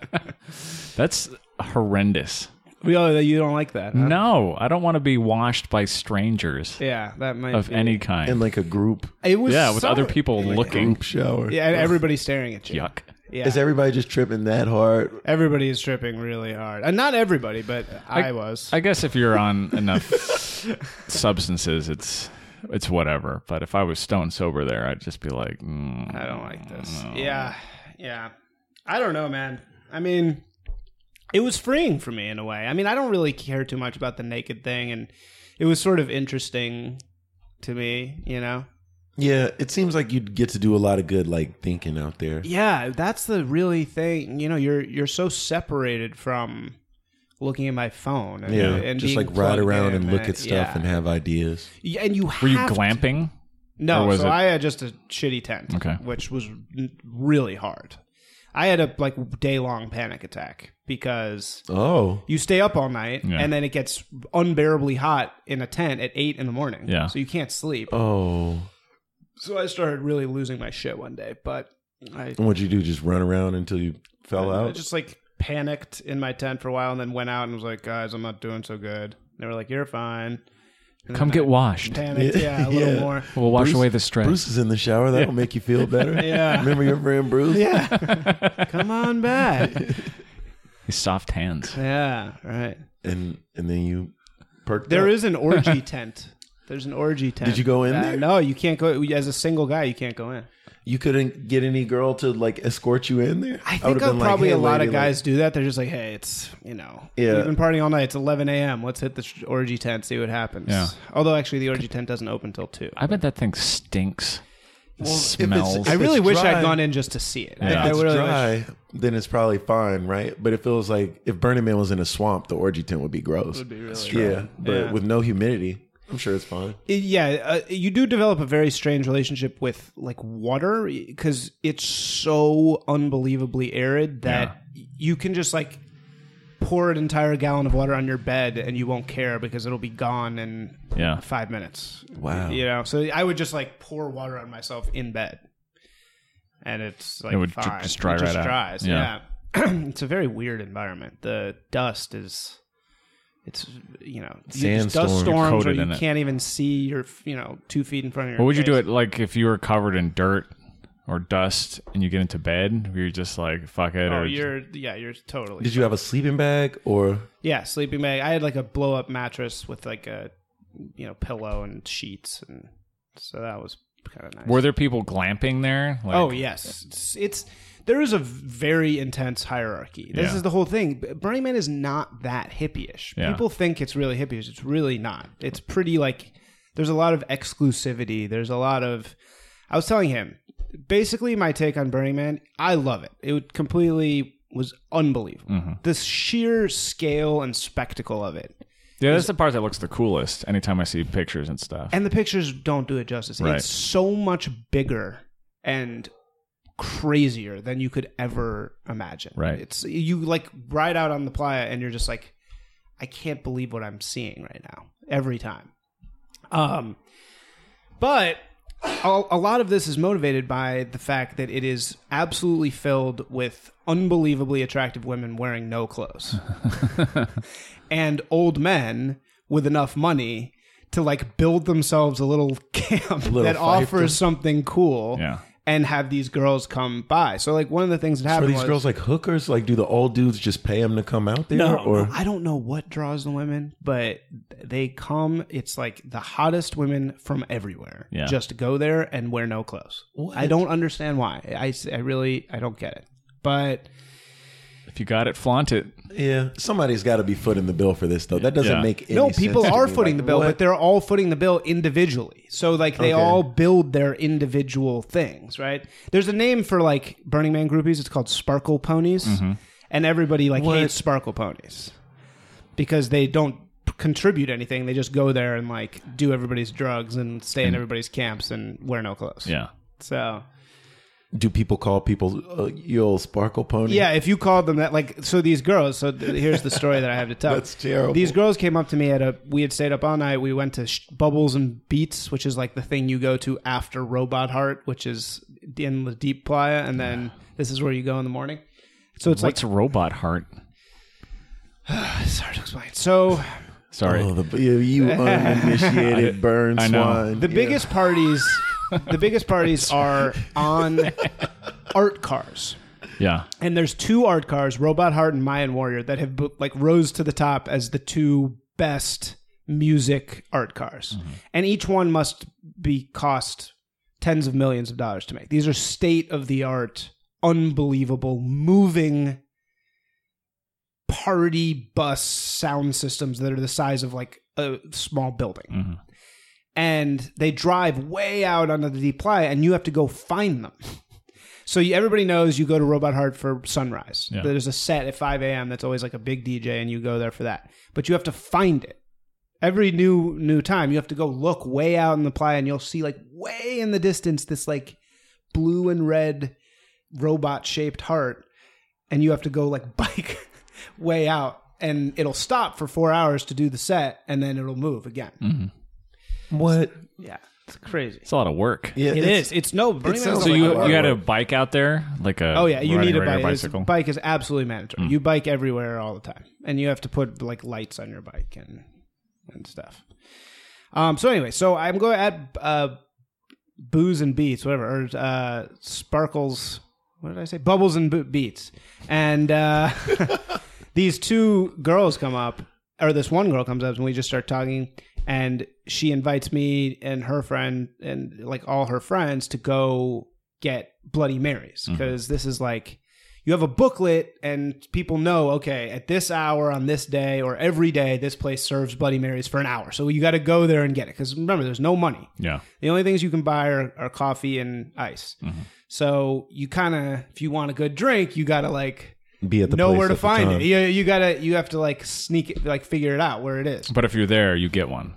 [SPEAKER 2] That's horrendous.
[SPEAKER 3] We all, Oh, you don't like that. Huh?
[SPEAKER 2] No, I don't want to be washed by strangers
[SPEAKER 3] Yeah, that might
[SPEAKER 2] of
[SPEAKER 3] be.
[SPEAKER 2] any kind.
[SPEAKER 1] And like a group
[SPEAKER 3] It was
[SPEAKER 2] yeah, with
[SPEAKER 3] so-
[SPEAKER 2] other people looking.
[SPEAKER 1] group shower.
[SPEAKER 3] Yeah, and everybody's staring at you.
[SPEAKER 2] Yuck.
[SPEAKER 3] Yeah.
[SPEAKER 1] Is everybody just tripping that hard?
[SPEAKER 3] Everybody is tripping really hard. And not everybody, but I, was.
[SPEAKER 2] I guess if you're on enough substances, it's it's whatever. But if I was stone sober there, I'd just be like, mm,
[SPEAKER 3] I don't like this. Yeah. Yeah. I don't know, man. I mean, it was freeing for me in a way. I mean, I don't really care too much about the naked thing, and it was sort of interesting to me, you know?
[SPEAKER 1] Yeah, it seems like you'd get to do a lot of good like thinking out there.
[SPEAKER 3] Yeah, that's the really thing. You know, you're you're so separated from looking at my phone and,
[SPEAKER 1] Yeah,
[SPEAKER 3] and
[SPEAKER 1] just
[SPEAKER 3] being
[SPEAKER 1] like ride
[SPEAKER 3] plugged
[SPEAKER 1] around
[SPEAKER 3] in
[SPEAKER 1] and look at stuff
[SPEAKER 3] yeah.
[SPEAKER 1] and have ideas.
[SPEAKER 3] Yeah, and you
[SPEAKER 2] were you
[SPEAKER 3] have to-
[SPEAKER 2] glamping?
[SPEAKER 3] No,
[SPEAKER 2] Or was
[SPEAKER 3] so
[SPEAKER 2] it-
[SPEAKER 3] I had just a shitty tent,
[SPEAKER 2] Okay.
[SPEAKER 3] which was n- really hard. I had a like day long panic attack because
[SPEAKER 1] Oh,
[SPEAKER 3] you stay up all night
[SPEAKER 2] Yeah.
[SPEAKER 3] and then it gets unbearably hot in a tent at eight in the morning.
[SPEAKER 2] Yeah.
[SPEAKER 3] so you can't sleep.
[SPEAKER 1] oh,
[SPEAKER 3] So I started really losing my shit one day, but I,
[SPEAKER 1] and what'd you do? Just run around until you fell
[SPEAKER 3] I
[SPEAKER 1] out?
[SPEAKER 3] Uh, just like panicked in my tent for a while and then went out and was like, guys, I'm not doing so good. And they were like, you're fine. And
[SPEAKER 2] Come
[SPEAKER 3] then
[SPEAKER 2] get washed.
[SPEAKER 3] I panicked, yeah, a little
[SPEAKER 1] Yeah.
[SPEAKER 3] more.
[SPEAKER 2] We'll wash
[SPEAKER 1] Bruce-
[SPEAKER 2] away the stress.
[SPEAKER 1] Bruce is in the shower. That'll make you feel better.
[SPEAKER 3] Yeah.
[SPEAKER 1] remember your friend Bruce?
[SPEAKER 3] Yeah, come on back.
[SPEAKER 2] His soft hands.
[SPEAKER 3] Yeah, right.
[SPEAKER 1] And and then you perked.
[SPEAKER 3] There
[SPEAKER 1] up.
[SPEAKER 3] is an orgy tent. There's an orgy tent.
[SPEAKER 1] you go in
[SPEAKER 3] Uh,
[SPEAKER 1] there?
[SPEAKER 3] No, you can't go. As a single guy, you can't go in.
[SPEAKER 1] You couldn't get any girl to like escort you in there.
[SPEAKER 3] I think
[SPEAKER 1] would've been like,
[SPEAKER 3] probably
[SPEAKER 1] "Hey,
[SPEAKER 3] a lot
[SPEAKER 1] lady,"
[SPEAKER 3] of
[SPEAKER 1] like-
[SPEAKER 3] guys do that. They're just like, hey, it's you know,
[SPEAKER 1] Yeah.
[SPEAKER 3] we've been partying all night. It's 11 a.m. Let's hit the sh- orgy tent, see what happens.
[SPEAKER 2] Yeah.
[SPEAKER 3] Although actually, the orgy tent doesn't open till two.
[SPEAKER 2] I bet that thing stinks. It
[SPEAKER 1] Well, if it's-
[SPEAKER 2] smells.
[SPEAKER 3] I
[SPEAKER 1] if
[SPEAKER 3] really
[SPEAKER 1] it's
[SPEAKER 3] wish
[SPEAKER 1] dry-
[SPEAKER 3] I'd gone in just to see it.
[SPEAKER 2] Yeah.
[SPEAKER 3] I, I
[SPEAKER 1] If it's
[SPEAKER 3] really wish.
[SPEAKER 1] dry, then it's probably fine, right? But it feels like if Burning Man was in a swamp, the orgy tent would be gross.
[SPEAKER 3] Would be really
[SPEAKER 1] yeah, but
[SPEAKER 3] Yeah.
[SPEAKER 1] with no humidity, I'm sure it's fine.
[SPEAKER 3] It- yeah, uh, you do develop a very strange relationship with like water because it's so unbelievably arid that you can just like pour an entire gallon of water on your bed and you won't care because it'll be gone in
[SPEAKER 2] yeah.
[SPEAKER 3] five minutes.
[SPEAKER 1] Wow.
[SPEAKER 3] You know, so I would just like pour water on myself in bed, and it's like
[SPEAKER 2] would ju-
[SPEAKER 3] fine.
[SPEAKER 2] just dry
[SPEAKER 3] It just
[SPEAKER 2] right out.
[SPEAKER 3] dries.
[SPEAKER 2] Yeah.
[SPEAKER 3] Yeah, it's a very weird environment. The dust is, it's you know, you just
[SPEAKER 1] Sandstorm.
[SPEAKER 3] dust storms, or
[SPEAKER 2] Coated
[SPEAKER 3] you
[SPEAKER 2] in it.
[SPEAKER 3] can't even see your you know two feet in front of your.
[SPEAKER 2] What would you do
[SPEAKER 3] face.
[SPEAKER 2] it like if you were covered in dirt or dust and you get into bed? You're just like fuck it.
[SPEAKER 3] Oh,
[SPEAKER 2] or
[SPEAKER 3] you're yeah, you're totally
[SPEAKER 1] Did you have a sleeping bag or
[SPEAKER 3] yeah sleeping bag. I had like a blow up mattress with like a you know pillow and sheets, and so that was kind of nice.
[SPEAKER 2] were there people glamping there? Like,
[SPEAKER 3] oh yes, it's, it's there is a very intense hierarchy. This
[SPEAKER 2] Yeah.
[SPEAKER 3] is the whole thing. B- Burning Man is not that hippie-ish.
[SPEAKER 2] Yeah.
[SPEAKER 3] People think it's really hippie-ish. It's really not. It's pretty like there's a lot of exclusivity. There's a lot of. I was telling him basically my take on Burning Man. I love it. It would completely was unbelievable.
[SPEAKER 2] Mm-hmm.
[SPEAKER 3] The sheer scale and spectacle of it.
[SPEAKER 2] Yeah, that's the part that looks the coolest. Anytime I see pictures and stuff.
[SPEAKER 3] And the pictures don't do it justice.
[SPEAKER 2] Right.
[SPEAKER 3] It's so much bigger and crazier than you could ever imagine.
[SPEAKER 2] Right.
[SPEAKER 3] It's you like ride out on the playa and you're just like, I can't believe what I'm seeing right now. Every time. Um but a, a lot of this is motivated by the fact that it is absolutely filled with unbelievably attractive women wearing no clothes and old men with enough money to like build themselves a little camp that
[SPEAKER 1] fiefdom.
[SPEAKER 3] offers something cool
[SPEAKER 2] Yeah.
[SPEAKER 3] and have these girls come by. So like one of the things that
[SPEAKER 1] are
[SPEAKER 3] happened
[SPEAKER 1] these
[SPEAKER 3] was
[SPEAKER 1] girls like hookers? Like, do the old dudes just pay them to come out there?
[SPEAKER 3] no,
[SPEAKER 1] or
[SPEAKER 3] I don't know what draws the women, but they come. It's like the hottest women from everywhere
[SPEAKER 2] Yeah.
[SPEAKER 3] just go there and wear no clothes.
[SPEAKER 1] What?
[SPEAKER 3] I don't understand why. I, s- I really I don't get it. But
[SPEAKER 2] If you got it, flaunt it.
[SPEAKER 1] Yeah, somebody's got to be footing the bill for this though. That doesn't
[SPEAKER 2] Yeah.
[SPEAKER 1] make any
[SPEAKER 3] No,
[SPEAKER 1] sense
[SPEAKER 3] people
[SPEAKER 1] to
[SPEAKER 3] are
[SPEAKER 1] me.
[SPEAKER 3] footing
[SPEAKER 1] Like,
[SPEAKER 3] the bill,
[SPEAKER 1] what?
[SPEAKER 3] but they're all footing the bill individually. So like they
[SPEAKER 1] Okay.
[SPEAKER 3] all build their individual things, right? There's a name for like Burning Man groupies. It's called Sparkle Ponies, and everybody like
[SPEAKER 1] Mm-hmm. What?
[SPEAKER 3] hates Sparkle Ponies because they don't p- contribute anything. They just go there and like do everybody's drugs and stay
[SPEAKER 1] Mm-hmm.
[SPEAKER 3] in everybody's camps and wear no clothes.
[SPEAKER 2] Yeah.
[SPEAKER 3] So
[SPEAKER 1] do people call people uh, you old sparkle pony?
[SPEAKER 3] Yeah, if you called them that, like, so these girls. So th- here's the story that I have to tell.
[SPEAKER 1] That's terrible.
[SPEAKER 3] These girls came up to me at a. We had stayed up all night. We went to sh- Bubbles and Beats, which is like the thing you go to after Robot Heart, which is in the deep playa, and then this is where you go in the morning. So it's
[SPEAKER 2] What's robot heart?
[SPEAKER 3] like it's hard to explain. So
[SPEAKER 2] Sorry.
[SPEAKER 1] Oh, the, you, you uninitiated burn
[SPEAKER 2] I know.
[SPEAKER 1] swine.
[SPEAKER 3] the biggest parties, the biggest parties are on art cars.
[SPEAKER 2] Yeah.
[SPEAKER 3] and there's two art cars, Robot Heart and Mayan Warrior, that have bo- like rose to the top as the two best music art cars, and each one must be cost tens of millions of dollars to make. These are state of the art, unbelievable, moving party bus sound systems that are the size of like a small building
[SPEAKER 2] Mhm.
[SPEAKER 3] and they drive way out onto the deep playa, and you have to go find them. So you, everybody knows you go to Robot Heart for sunrise.
[SPEAKER 2] Yeah.
[SPEAKER 3] There's a set at 5 a.m. that's always like a big DJ, and you go there for that. But you have to find it every new new time. You have to go look way out in the playa, and you'll see like way in the distance this like blue and red robot shaped heart, and you have to go like bike way out, and it'll stop for four hours to do the set, and then it'll move again.
[SPEAKER 1] what?
[SPEAKER 3] Yeah, it's crazy.
[SPEAKER 2] It's a lot of work.
[SPEAKER 1] Yeah,
[SPEAKER 3] It is. It's no. Burning Man
[SPEAKER 1] sounds
[SPEAKER 3] is
[SPEAKER 2] So
[SPEAKER 3] like
[SPEAKER 2] you
[SPEAKER 3] a lot
[SPEAKER 2] you
[SPEAKER 3] of
[SPEAKER 2] got a
[SPEAKER 3] work.
[SPEAKER 2] bike out there like a
[SPEAKER 3] Oh yeah, you
[SPEAKER 2] riding
[SPEAKER 3] need a
[SPEAKER 2] regular
[SPEAKER 3] bike. Bicycle.
[SPEAKER 2] bicycle. Hmm.
[SPEAKER 3] bike is absolutely mandatory. You bike everywhere all the time, and you have to put like lights on your bike and and stuff. Um. So anyway, so I'm going at uh, booze and beats, whatever, or uh, sparkles. What did I say? Bubbles and Bo- beats, and uh, these two girls come up, or this one girl comes up, and we just start talking, and she invites me and her friend and like all her friends to go get Bloody Marys because this is like you have a booklet and people know okay at this hour on this day or every day this place serves bloody marys for an hour so you got to go there and get it because remember there's no money
[SPEAKER 2] Yeah.
[SPEAKER 3] the only things you can buy are, are coffee and ice so you kind of if you want a good drink you gotta like
[SPEAKER 1] Be at the
[SPEAKER 3] know
[SPEAKER 1] place
[SPEAKER 3] where to
[SPEAKER 1] at the
[SPEAKER 3] find
[SPEAKER 1] time.
[SPEAKER 3] it you, you gotta you have to like sneak it like figure it out where it is
[SPEAKER 2] But if you're there, you get one.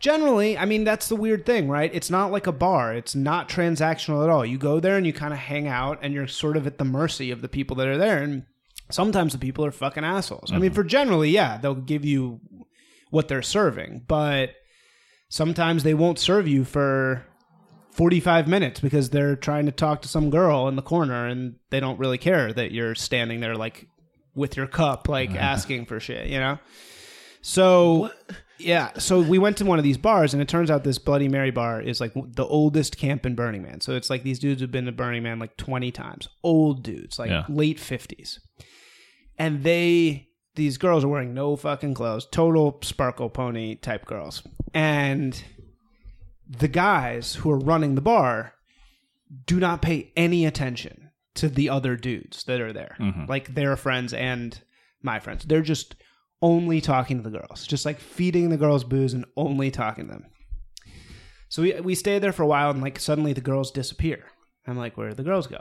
[SPEAKER 3] generally i mean that's the weird thing right it's not like a bar it's not transactional at all you go there and you kind of hang out and you're sort of at the mercy of the people that are there and sometimes the people are fucking assholes i mean
[SPEAKER 1] Mm-hmm.
[SPEAKER 3] for generally yeah they'll give you what they're serving but sometimes they won't serve you for 45 minutes because they're trying to talk to some girl in the corner and they don't really care that you're standing there like with your cup like asking for shit you know so yeah so we went to one of these bars and it turns out this bloody mary bar is like w- the oldest camp in burning man so it's like these dudes have been to burning man like 20 times old dudes like
[SPEAKER 2] Yeah.
[SPEAKER 3] late 50s and they these girls are wearing no fucking clothes total sparkle pony type girls and the guys who are running the bar do not pay any attention to the other dudes that are there like their friends and my friends they're just only talking to the girls just like feeding the girls booze and only talking to them so we, we stayed there for a while and like suddenly the girls disappear i'm like where did the girls go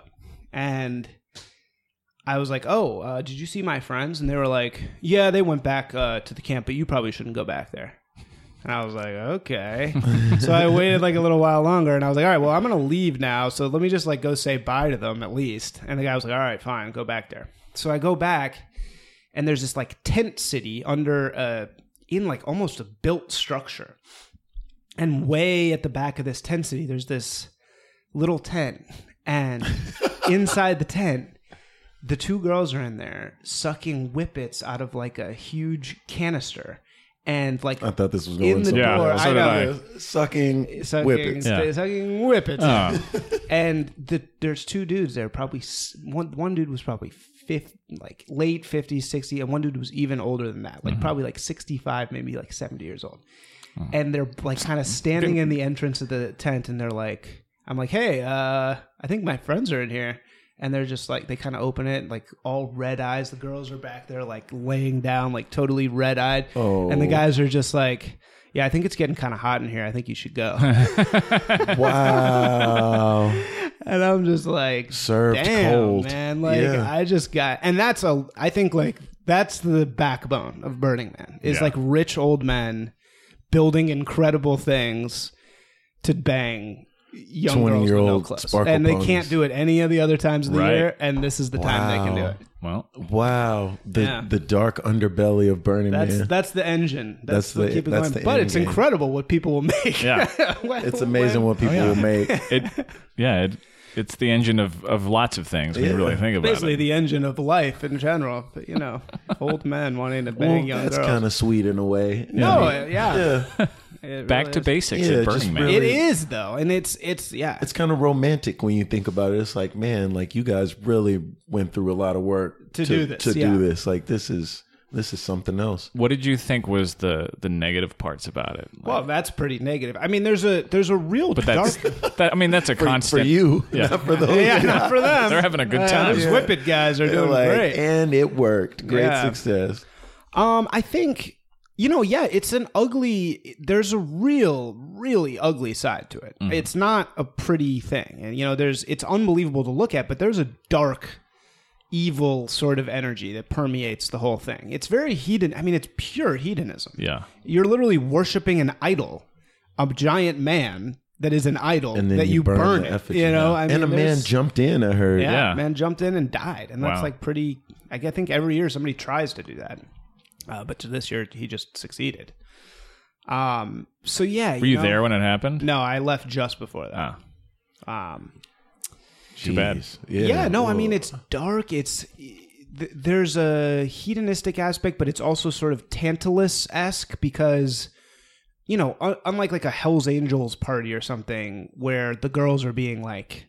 [SPEAKER 3] and I was like, "Oh, uh, did you see my friends?" And they were like, "Yeah, they went back uh, to the camp, but you probably shouldn't go back there." And I was like, "Okay." so I waited like a little while longer, and I was like, "All right, well, I'm gonna leave now, so let me just like go say bye to them at least." And the guy was like, "All right, fine, go back there." So I go back, and there's this like tent city under a in like almost a built structure, and way at the back of this tent city, there's this little tent, and inside the tent the two girls are in there sucking whippets out of like a huge canister and like
[SPEAKER 1] I thought this was going
[SPEAKER 3] in the
[SPEAKER 1] somewhere.
[SPEAKER 2] Yeah,
[SPEAKER 3] door
[SPEAKER 2] so
[SPEAKER 3] I
[SPEAKER 2] did
[SPEAKER 3] know,
[SPEAKER 2] I.
[SPEAKER 1] Sucking,
[SPEAKER 3] sucking
[SPEAKER 1] whippets.
[SPEAKER 2] Yeah.
[SPEAKER 3] sucking whippets
[SPEAKER 2] Uh,
[SPEAKER 3] and the, there's two dudes there probably s- one one dude was probably 50, like late 50s 60 and one dude was even older than that
[SPEAKER 2] Mm-hmm.
[SPEAKER 3] like probably like 65 maybe like 70 years old and they're like kind of standing in the entrance of the tent and they're like i'm like hey uh i think my friends are in here and they're just like they kind of open it like all red eyes. The girls are back there like laying down like totally red eyed,
[SPEAKER 1] Oh.
[SPEAKER 3] and the guys are just like, "Yeah, I think it's getting kind of hot in here. I think you should go."
[SPEAKER 1] Wow.
[SPEAKER 3] and I'm just like,
[SPEAKER 1] Served
[SPEAKER 3] damn,
[SPEAKER 1] cold.
[SPEAKER 3] man. Like
[SPEAKER 1] Yeah.
[SPEAKER 3] I just got, and that's a, I think like that's the backbone of Burning Man is
[SPEAKER 2] Yeah.
[SPEAKER 3] like rich old men building incredible things to bang young girls with no
[SPEAKER 1] 20-year-old
[SPEAKER 3] clothes,
[SPEAKER 1] sparkle
[SPEAKER 3] and they
[SPEAKER 1] ponies.
[SPEAKER 3] can't do it any of the other times of the
[SPEAKER 2] Right.
[SPEAKER 3] year, and this is the time they can do
[SPEAKER 1] Wow.
[SPEAKER 3] it.
[SPEAKER 2] Well,
[SPEAKER 1] Wow. The
[SPEAKER 3] Yeah.
[SPEAKER 1] the dark underbelly of Burning
[SPEAKER 3] That's
[SPEAKER 1] Man.
[SPEAKER 3] that's the engine. That's,
[SPEAKER 1] That's
[SPEAKER 3] the,
[SPEAKER 1] the-
[SPEAKER 3] keep it
[SPEAKER 1] that's
[SPEAKER 3] going.
[SPEAKER 1] the
[SPEAKER 3] but
[SPEAKER 1] end
[SPEAKER 3] it's
[SPEAKER 1] game.
[SPEAKER 3] incredible what people will make.
[SPEAKER 2] Yeah.
[SPEAKER 3] When-
[SPEAKER 1] it's amazing
[SPEAKER 3] when-
[SPEAKER 1] what people will make.
[SPEAKER 2] it yeah, it, it's the engine of, of lots of things when you
[SPEAKER 1] Yeah.
[SPEAKER 2] really think about
[SPEAKER 3] basically
[SPEAKER 2] it.
[SPEAKER 3] the engine of life in general. But, you know, old men wanting to bang
[SPEAKER 1] Well,
[SPEAKER 3] young
[SPEAKER 1] that's
[SPEAKER 3] girls.
[SPEAKER 1] kind of sweet in a way.
[SPEAKER 3] no,
[SPEAKER 1] I mean,
[SPEAKER 3] it- yeah.
[SPEAKER 1] yeah.
[SPEAKER 3] It
[SPEAKER 2] Back
[SPEAKER 3] really
[SPEAKER 2] to
[SPEAKER 3] is.
[SPEAKER 2] basics
[SPEAKER 1] Yeah,
[SPEAKER 2] at
[SPEAKER 1] just
[SPEAKER 2] Burning Man.
[SPEAKER 1] really-
[SPEAKER 3] It is though, and it's it's yeah.
[SPEAKER 1] It's kind of romantic when you think about it. It's like, man, like you guys really went through a lot of work
[SPEAKER 3] To do this,
[SPEAKER 1] To
[SPEAKER 3] yeah.
[SPEAKER 1] do this, like this is this is something else.
[SPEAKER 2] what did you think was the the negative parts about it? Like,
[SPEAKER 3] well, that's pretty negative. I mean, there's a there's a real
[SPEAKER 2] but that's
[SPEAKER 3] dark.
[SPEAKER 2] that, I mean that's a constant.
[SPEAKER 1] For you,
[SPEAKER 2] Yeah.
[SPEAKER 1] not for those.
[SPEAKER 3] yeah, not for them.
[SPEAKER 2] They're having a good
[SPEAKER 3] Uh,
[SPEAKER 2] time.
[SPEAKER 3] those whip it guys are
[SPEAKER 1] They're
[SPEAKER 3] doing
[SPEAKER 1] like, eh.
[SPEAKER 3] great.
[SPEAKER 1] and it worked. Great
[SPEAKER 3] Yeah.
[SPEAKER 1] success.
[SPEAKER 3] Um, I think you know, yeah, it's an ugly. There's a real, really ugly side to it.
[SPEAKER 2] Mm.
[SPEAKER 3] It's not a pretty thing, and you know, there's it's unbelievable to look at, but there's a dark, evil sort of energy that permeates the whole thing. It's very hedon. I mean, it's pure hedonism.
[SPEAKER 2] Yeah.
[SPEAKER 3] You're literally worshiping an idol, a giant man that is an idol
[SPEAKER 1] And then
[SPEAKER 3] that you, burn,
[SPEAKER 1] the
[SPEAKER 3] it.
[SPEAKER 1] effigy.
[SPEAKER 3] You know, I mean,
[SPEAKER 1] and a man
[SPEAKER 3] there's-
[SPEAKER 1] jumped in. I heard.
[SPEAKER 3] yeah,
[SPEAKER 2] Yeah.
[SPEAKER 3] man jumped in and died, and that's
[SPEAKER 2] Wow.
[SPEAKER 3] like pretty. I g- I think every year somebody tries to do that, uh, but to this year he just succeeded. Um. So yeah,
[SPEAKER 2] Were you
[SPEAKER 3] know-
[SPEAKER 2] there when it happened?
[SPEAKER 3] No, I left just before that.
[SPEAKER 2] Ah,
[SPEAKER 3] Um.
[SPEAKER 1] Too
[SPEAKER 2] bad.
[SPEAKER 1] Yeah.
[SPEAKER 3] Yeah. no, I
[SPEAKER 1] Whoa.
[SPEAKER 3] mean it's dark. It's th- there's a hedonistic aspect, but it's also sort of Tantalus esque because. You know, un- unlike like a Hell's Angels party or something where the girls are being like,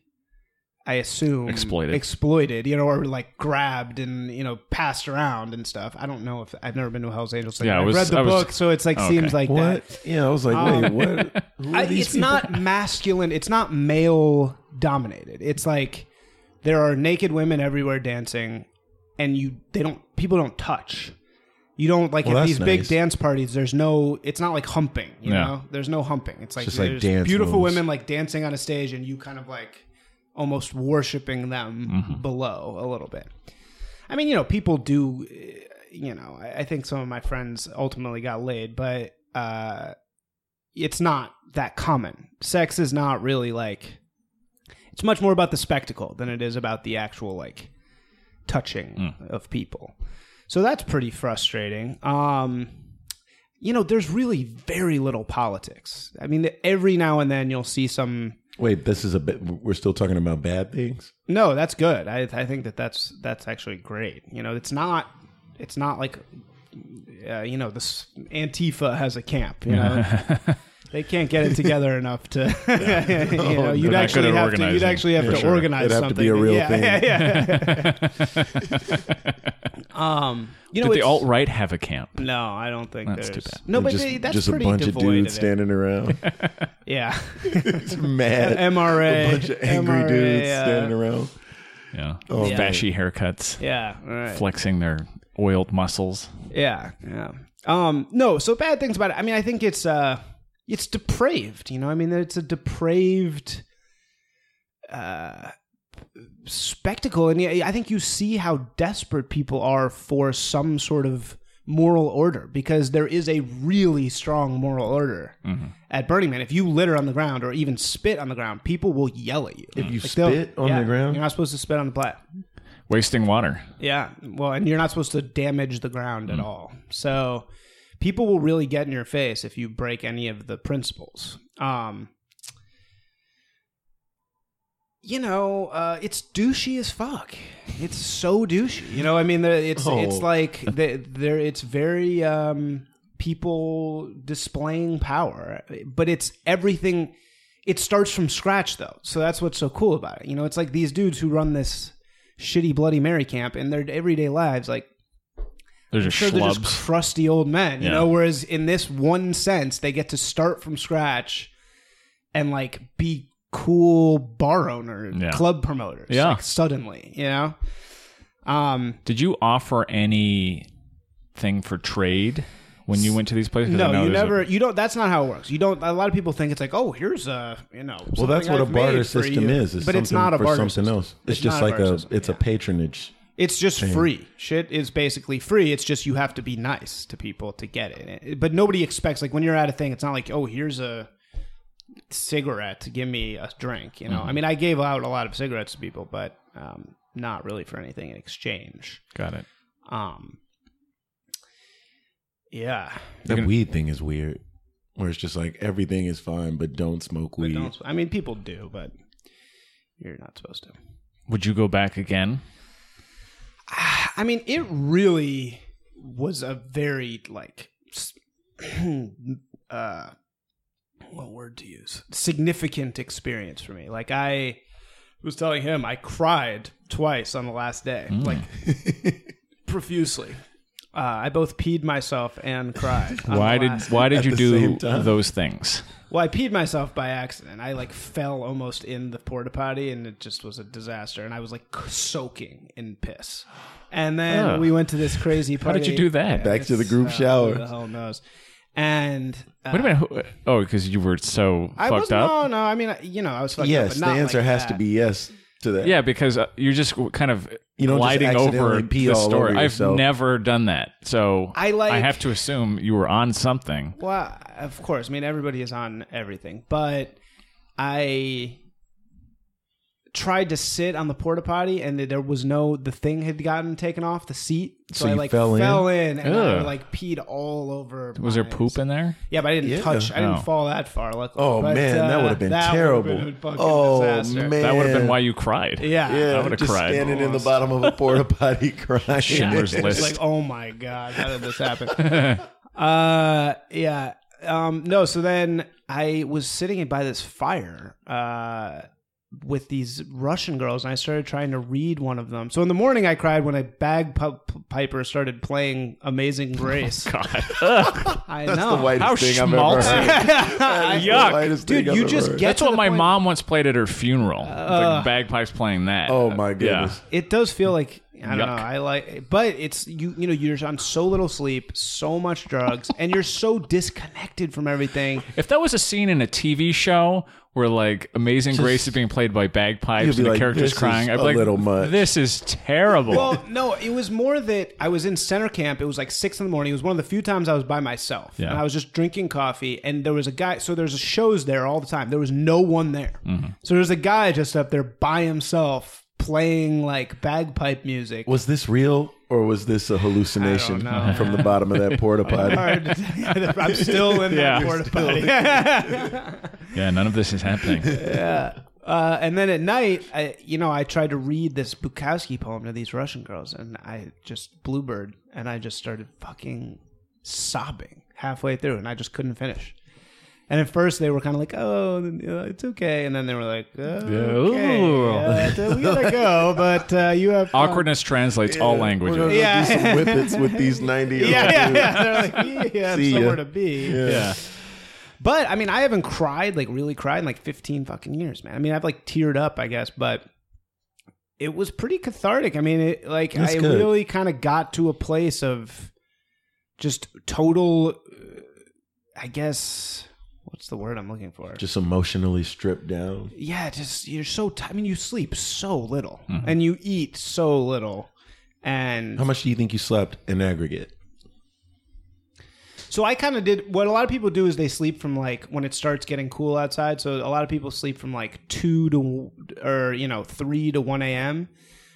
[SPEAKER 3] I assume
[SPEAKER 2] Exploited.
[SPEAKER 3] exploited, you know, or like grabbed and you know passed around and stuff. I don't know if I've never been to a Hell's Angels. Thing.
[SPEAKER 2] Yeah, I
[SPEAKER 3] I've
[SPEAKER 2] was-
[SPEAKER 3] read the
[SPEAKER 2] I was- Oh,
[SPEAKER 3] book, so it's like
[SPEAKER 2] Okay.
[SPEAKER 3] seems like that.
[SPEAKER 1] what? Yeah, I was like, wait,
[SPEAKER 3] Um,
[SPEAKER 1] what? Who are
[SPEAKER 3] I,
[SPEAKER 1] these
[SPEAKER 3] it's
[SPEAKER 1] people?
[SPEAKER 3] not masculine. It's not male dominated. It's like there are naked women everywhere dancing, and you they don't people don't touch. You don't like
[SPEAKER 1] Well,
[SPEAKER 3] at
[SPEAKER 1] that's
[SPEAKER 3] these big
[SPEAKER 1] nice.
[SPEAKER 3] dance parties. There's no. It's not like humping. You
[SPEAKER 2] Yeah.
[SPEAKER 3] know, there's no humping. It's like
[SPEAKER 1] just like
[SPEAKER 3] there's
[SPEAKER 1] dance
[SPEAKER 3] beautiful
[SPEAKER 1] moves.
[SPEAKER 3] women like dancing on a stage, and you kind of like almost worshiping them
[SPEAKER 1] Mm-hmm.
[SPEAKER 3] below a little bit. I mean, you know, people do. eh, You know, I, I think some of my friends ultimately got laid, but uh, it's not that common. Sex is not really like. It's much more about the spectacle than it is about the actual like touching
[SPEAKER 1] Mm.
[SPEAKER 3] of people. So that's pretty frustrating. Um, you know, there's really very little politics. I mean, every now and then you'll see some
[SPEAKER 1] Wait, this is a bit. We're still talking about bad things.
[SPEAKER 3] no, that's good. I I think that that's that's actually great. You know, it's not it's not like uh, you know this Antifa has a camp. You know, they can't get it together enough to you know you'd
[SPEAKER 2] not
[SPEAKER 3] actually
[SPEAKER 2] good at
[SPEAKER 3] have to you'd
[SPEAKER 2] organizing,
[SPEAKER 3] actually have
[SPEAKER 2] for
[SPEAKER 3] to
[SPEAKER 2] sure.
[SPEAKER 3] organize
[SPEAKER 1] It'd have to
[SPEAKER 3] something.
[SPEAKER 1] be a real
[SPEAKER 3] yeah,
[SPEAKER 1] thing.
[SPEAKER 3] Yeah, yeah. um, you know,
[SPEAKER 2] did the
[SPEAKER 3] it's-
[SPEAKER 2] alt right have a camp?
[SPEAKER 3] No, I don't think
[SPEAKER 2] That's
[SPEAKER 3] there's
[SPEAKER 2] too bad.
[SPEAKER 3] no, but
[SPEAKER 1] just,
[SPEAKER 3] they, that's
[SPEAKER 1] just a
[SPEAKER 3] pretty
[SPEAKER 1] bunch of
[SPEAKER 3] devoid
[SPEAKER 1] dudes
[SPEAKER 3] of it.
[SPEAKER 1] standing around.
[SPEAKER 3] Yeah,
[SPEAKER 1] it's mad.
[SPEAKER 3] MRA,
[SPEAKER 1] a bunch of angry
[SPEAKER 3] MRA,
[SPEAKER 1] dudes
[SPEAKER 3] yeah.
[SPEAKER 1] standing around.
[SPEAKER 2] Yeah,
[SPEAKER 1] Oh, Yeah.
[SPEAKER 2] Fashy haircuts,
[SPEAKER 3] Yeah, all right.
[SPEAKER 2] flexing their oiled muscles.
[SPEAKER 3] Yeah, yeah. Um, no, so bad things about it. I mean, I think it's uh, it's depraved. You know, I mean, it's a depraved uh spectacle, and I I think you see how desperate people are for some sort of moral order because there is a really strong moral order at Burning Man. If you litter on the ground or even spit on the ground, people will yell at you.
[SPEAKER 1] If you
[SPEAKER 3] they'll-
[SPEAKER 1] spit on
[SPEAKER 3] Yeah,
[SPEAKER 1] the ground,
[SPEAKER 3] you're not supposed to spit on the plat.
[SPEAKER 2] Wasting water.
[SPEAKER 3] Yeah. Well, and you're not supposed to damage the ground at all. So people will really get in your face if you break any of the principles. Um you know, uh, it's douchey as fuck. It's so douchey. You know, I mean, the- it's
[SPEAKER 1] Oh.
[SPEAKER 3] it's like the, there. It's very um, people displaying power, but it's everything. It starts from scratch though, so that's what's so cool about it. You know, it's like these dudes who run this shitty Bloody Mary camp in their everyday lives, like
[SPEAKER 2] There's
[SPEAKER 3] sure
[SPEAKER 2] just
[SPEAKER 3] they're
[SPEAKER 2] schlubs.
[SPEAKER 3] just crusty old men, you
[SPEAKER 2] Yeah.
[SPEAKER 3] know. Whereas in this one sense, they get to start from scratch and like be cool bar owner,
[SPEAKER 2] Yeah.
[SPEAKER 3] club promoters.
[SPEAKER 2] Yeah.
[SPEAKER 3] like, suddenly, you know. Um,
[SPEAKER 2] Did you offer any thing for trade when you went to these places? 'Cause I
[SPEAKER 3] no,
[SPEAKER 2] know
[SPEAKER 3] you
[SPEAKER 2] there's a-
[SPEAKER 3] never. you don't. That's not how it works. You don't. A lot of people think it's like, oh, here's a you know.
[SPEAKER 1] Well, that's
[SPEAKER 3] something
[SPEAKER 1] what a
[SPEAKER 3] I've
[SPEAKER 1] barter
[SPEAKER 3] made for
[SPEAKER 1] system
[SPEAKER 3] you.
[SPEAKER 1] is. It's
[SPEAKER 3] but it's
[SPEAKER 1] something
[SPEAKER 3] not a
[SPEAKER 1] for
[SPEAKER 3] barter
[SPEAKER 1] something
[SPEAKER 3] system.
[SPEAKER 1] else. It's, just
[SPEAKER 3] not
[SPEAKER 1] like
[SPEAKER 3] barter
[SPEAKER 1] a,
[SPEAKER 3] system,
[SPEAKER 1] it's
[SPEAKER 3] yeah.
[SPEAKER 1] a patronage.
[SPEAKER 3] It's just free. Shit is basically free. It's just you have to be nice to people to get it. It- But nobody expects like when you're at a thing, it's not like, "Oh, here's a cigarette, give me a drink," you know. I mean, I gave out a lot of cigarettes to people, but um not really for anything in exchange.
[SPEAKER 2] Got it.
[SPEAKER 3] Um Yeah.
[SPEAKER 1] That weed thing is weird, where it's just like everything is fine, but don't smoke weed.
[SPEAKER 3] Don't- I mean, people do, but you're not supposed to.
[SPEAKER 2] Would you go back again?
[SPEAKER 3] I mean, it really was a very like s- uh what word to use? Significant experience for me. Like I was telling him I cried twice on the last day.
[SPEAKER 2] Mm.
[SPEAKER 3] Like profusely. Uh, I both peed myself and cried. on the
[SPEAKER 2] Why did
[SPEAKER 3] last-
[SPEAKER 2] Why
[SPEAKER 1] at
[SPEAKER 2] did you
[SPEAKER 1] the
[SPEAKER 2] do
[SPEAKER 1] same time.
[SPEAKER 2] those things?
[SPEAKER 3] well, I peed myself by accident. I like fell almost in the porta potty, and it just was a disaster. And I was like soaking in piss. And then
[SPEAKER 2] Ugh.
[SPEAKER 3] we went to this crazy
[SPEAKER 2] How
[SPEAKER 3] party.
[SPEAKER 2] did you do that?
[SPEAKER 1] Back to the group
[SPEAKER 3] Oh, who
[SPEAKER 1] shower.
[SPEAKER 3] the hell knows? And uh,
[SPEAKER 2] Wait a minute. who- Oh, because you were so
[SPEAKER 3] I
[SPEAKER 2] fucked
[SPEAKER 3] wasn't-
[SPEAKER 2] up.
[SPEAKER 3] No, no. I mean, I- you know, I was fucked up.
[SPEAKER 1] Yes,
[SPEAKER 3] but
[SPEAKER 1] the
[SPEAKER 3] not
[SPEAKER 1] answer
[SPEAKER 3] like
[SPEAKER 1] has
[SPEAKER 3] that.
[SPEAKER 1] to be yes to that.
[SPEAKER 2] Yeah, because uh, you're just kind of
[SPEAKER 1] You don't just
[SPEAKER 2] gliding over
[SPEAKER 1] accidentally pee
[SPEAKER 2] the
[SPEAKER 1] all
[SPEAKER 2] story.
[SPEAKER 1] over
[SPEAKER 2] I've
[SPEAKER 1] yourself.
[SPEAKER 2] never done that, so
[SPEAKER 3] I like-
[SPEAKER 2] I have to assume you were on something.
[SPEAKER 3] Well, of course. I mean, everybody is on everything, but I tried to sit on the porta potty, and there was no. The thing had gotten taken off the seat, so,
[SPEAKER 1] So
[SPEAKER 3] I
[SPEAKER 1] you
[SPEAKER 3] like fell
[SPEAKER 1] fell in?
[SPEAKER 3] in, and I
[SPEAKER 2] Ugh.
[SPEAKER 3] like peed all over.
[SPEAKER 2] Was there poop in there?
[SPEAKER 3] Yeah, but I didn't
[SPEAKER 1] Yeah.
[SPEAKER 3] touch. I didn't
[SPEAKER 2] Oh.
[SPEAKER 3] fall that far. Luckily.
[SPEAKER 1] Oh
[SPEAKER 3] But,
[SPEAKER 1] man, that
[SPEAKER 3] uh,
[SPEAKER 1] would have been
[SPEAKER 3] that would've
[SPEAKER 1] terrible.
[SPEAKER 3] been a fucking
[SPEAKER 1] oh
[SPEAKER 3] disaster.
[SPEAKER 1] man,
[SPEAKER 2] That would have been why you cried.
[SPEAKER 3] Yeah.
[SPEAKER 1] Yeah,
[SPEAKER 2] I would've
[SPEAKER 1] just
[SPEAKER 2] cried.
[SPEAKER 1] standing in the bottom of a porta potty crying.
[SPEAKER 2] Schindler's
[SPEAKER 3] It's
[SPEAKER 2] List.
[SPEAKER 3] like, oh my god, how did this happen? uh, yeah. Um, no. So then I was sitting by this fire uh, with these Russian girls, and I started trying to read one of them. So in the morning, I cried when a bagpiper started playing "Amazing Grace."
[SPEAKER 2] Oh, God.
[SPEAKER 3] I
[SPEAKER 1] That's
[SPEAKER 3] know.
[SPEAKER 1] the whitest
[SPEAKER 2] How
[SPEAKER 1] thing I've ever
[SPEAKER 2] schmaltzy.
[SPEAKER 1] heard.
[SPEAKER 3] I-
[SPEAKER 1] That's the
[SPEAKER 2] Yuck.
[SPEAKER 1] whitest
[SPEAKER 3] dude,
[SPEAKER 1] thing
[SPEAKER 3] you
[SPEAKER 1] I've
[SPEAKER 3] just
[SPEAKER 1] ever heard.
[SPEAKER 3] get
[SPEAKER 2] That's
[SPEAKER 3] to
[SPEAKER 2] what
[SPEAKER 3] the
[SPEAKER 2] my
[SPEAKER 3] point-
[SPEAKER 2] mom once played at her funeral.
[SPEAKER 3] Uh,
[SPEAKER 2] the bagpipes playing that.
[SPEAKER 1] Oh my goodness.
[SPEAKER 3] It does feel like I don't know.
[SPEAKER 2] Yuck.
[SPEAKER 3] I like, but it's you. You know, you're on so little sleep, so much drugs, and you're so disconnected from everything.
[SPEAKER 2] If that was a scene in a TV show where like Amazing Grace is being played by
[SPEAKER 1] You'd
[SPEAKER 2] bagpipes
[SPEAKER 1] be
[SPEAKER 2] and the
[SPEAKER 1] like,
[SPEAKER 2] characters
[SPEAKER 1] "This is
[SPEAKER 2] crying, I'd
[SPEAKER 1] a
[SPEAKER 2] be like,
[SPEAKER 1] little much."
[SPEAKER 2] this is terrible.
[SPEAKER 3] Well, no, it was more that I was in center camp. It was like six in the morning. It was one of the few times I was by myself,
[SPEAKER 2] Yeah.
[SPEAKER 3] and I was just drinking coffee. And there was a guy. So there's shows there all the time. There was no one there. So there's a guy just up there by himself playing like bagpipe music.
[SPEAKER 1] Was this real or was this a hallucination from the bottom of that porta potty?
[SPEAKER 3] Hard to tell. I'm still in that
[SPEAKER 2] Yeah. You're
[SPEAKER 3] porta potty.
[SPEAKER 2] yeah, none of this is happening.
[SPEAKER 3] Uh, and then at night, I, you know, I tried to read this Bukowski poem to these Russian girls, and I just bluebird, and I just started fucking sobbing halfway through, and I just couldn't finish. And at first, they were kind of like, "Oh, you know, it's okay," and then they were like, "Oh, "Okay,
[SPEAKER 2] Ooh.
[SPEAKER 3] uh, we gotta go, but uh, you have fun."
[SPEAKER 2] Awkwardness translates all languages.
[SPEAKER 1] We're gonna
[SPEAKER 3] Yeah.
[SPEAKER 1] do some whippets with these ninety. year
[SPEAKER 3] Yeah,
[SPEAKER 1] old
[SPEAKER 3] yeah, yeah. They're like, "You have
[SPEAKER 1] See ya.
[SPEAKER 3] somewhere to be."
[SPEAKER 2] Yeah.
[SPEAKER 3] But I mean, I haven't cried like really cried in like 15 fucking years, man. I mean, I've like teared up, I guess, but it was pretty cathartic. I mean, it like
[SPEAKER 1] That's
[SPEAKER 3] I
[SPEAKER 1] good.
[SPEAKER 3] really kind of got to a place of just total, uh, I guess, what's the word I'm looking for?
[SPEAKER 1] Just emotionally stripped down.
[SPEAKER 3] yeah, just you're so. T- I mean, you sleep so little
[SPEAKER 1] Mm-hmm.
[SPEAKER 3] and you eat so little, and
[SPEAKER 1] How much do you think you slept in aggregate?
[SPEAKER 3] So I kind of did what a lot of people do is they sleep from like when it starts getting cool outside. So a lot of people sleep from like two to or you know three to one a.m.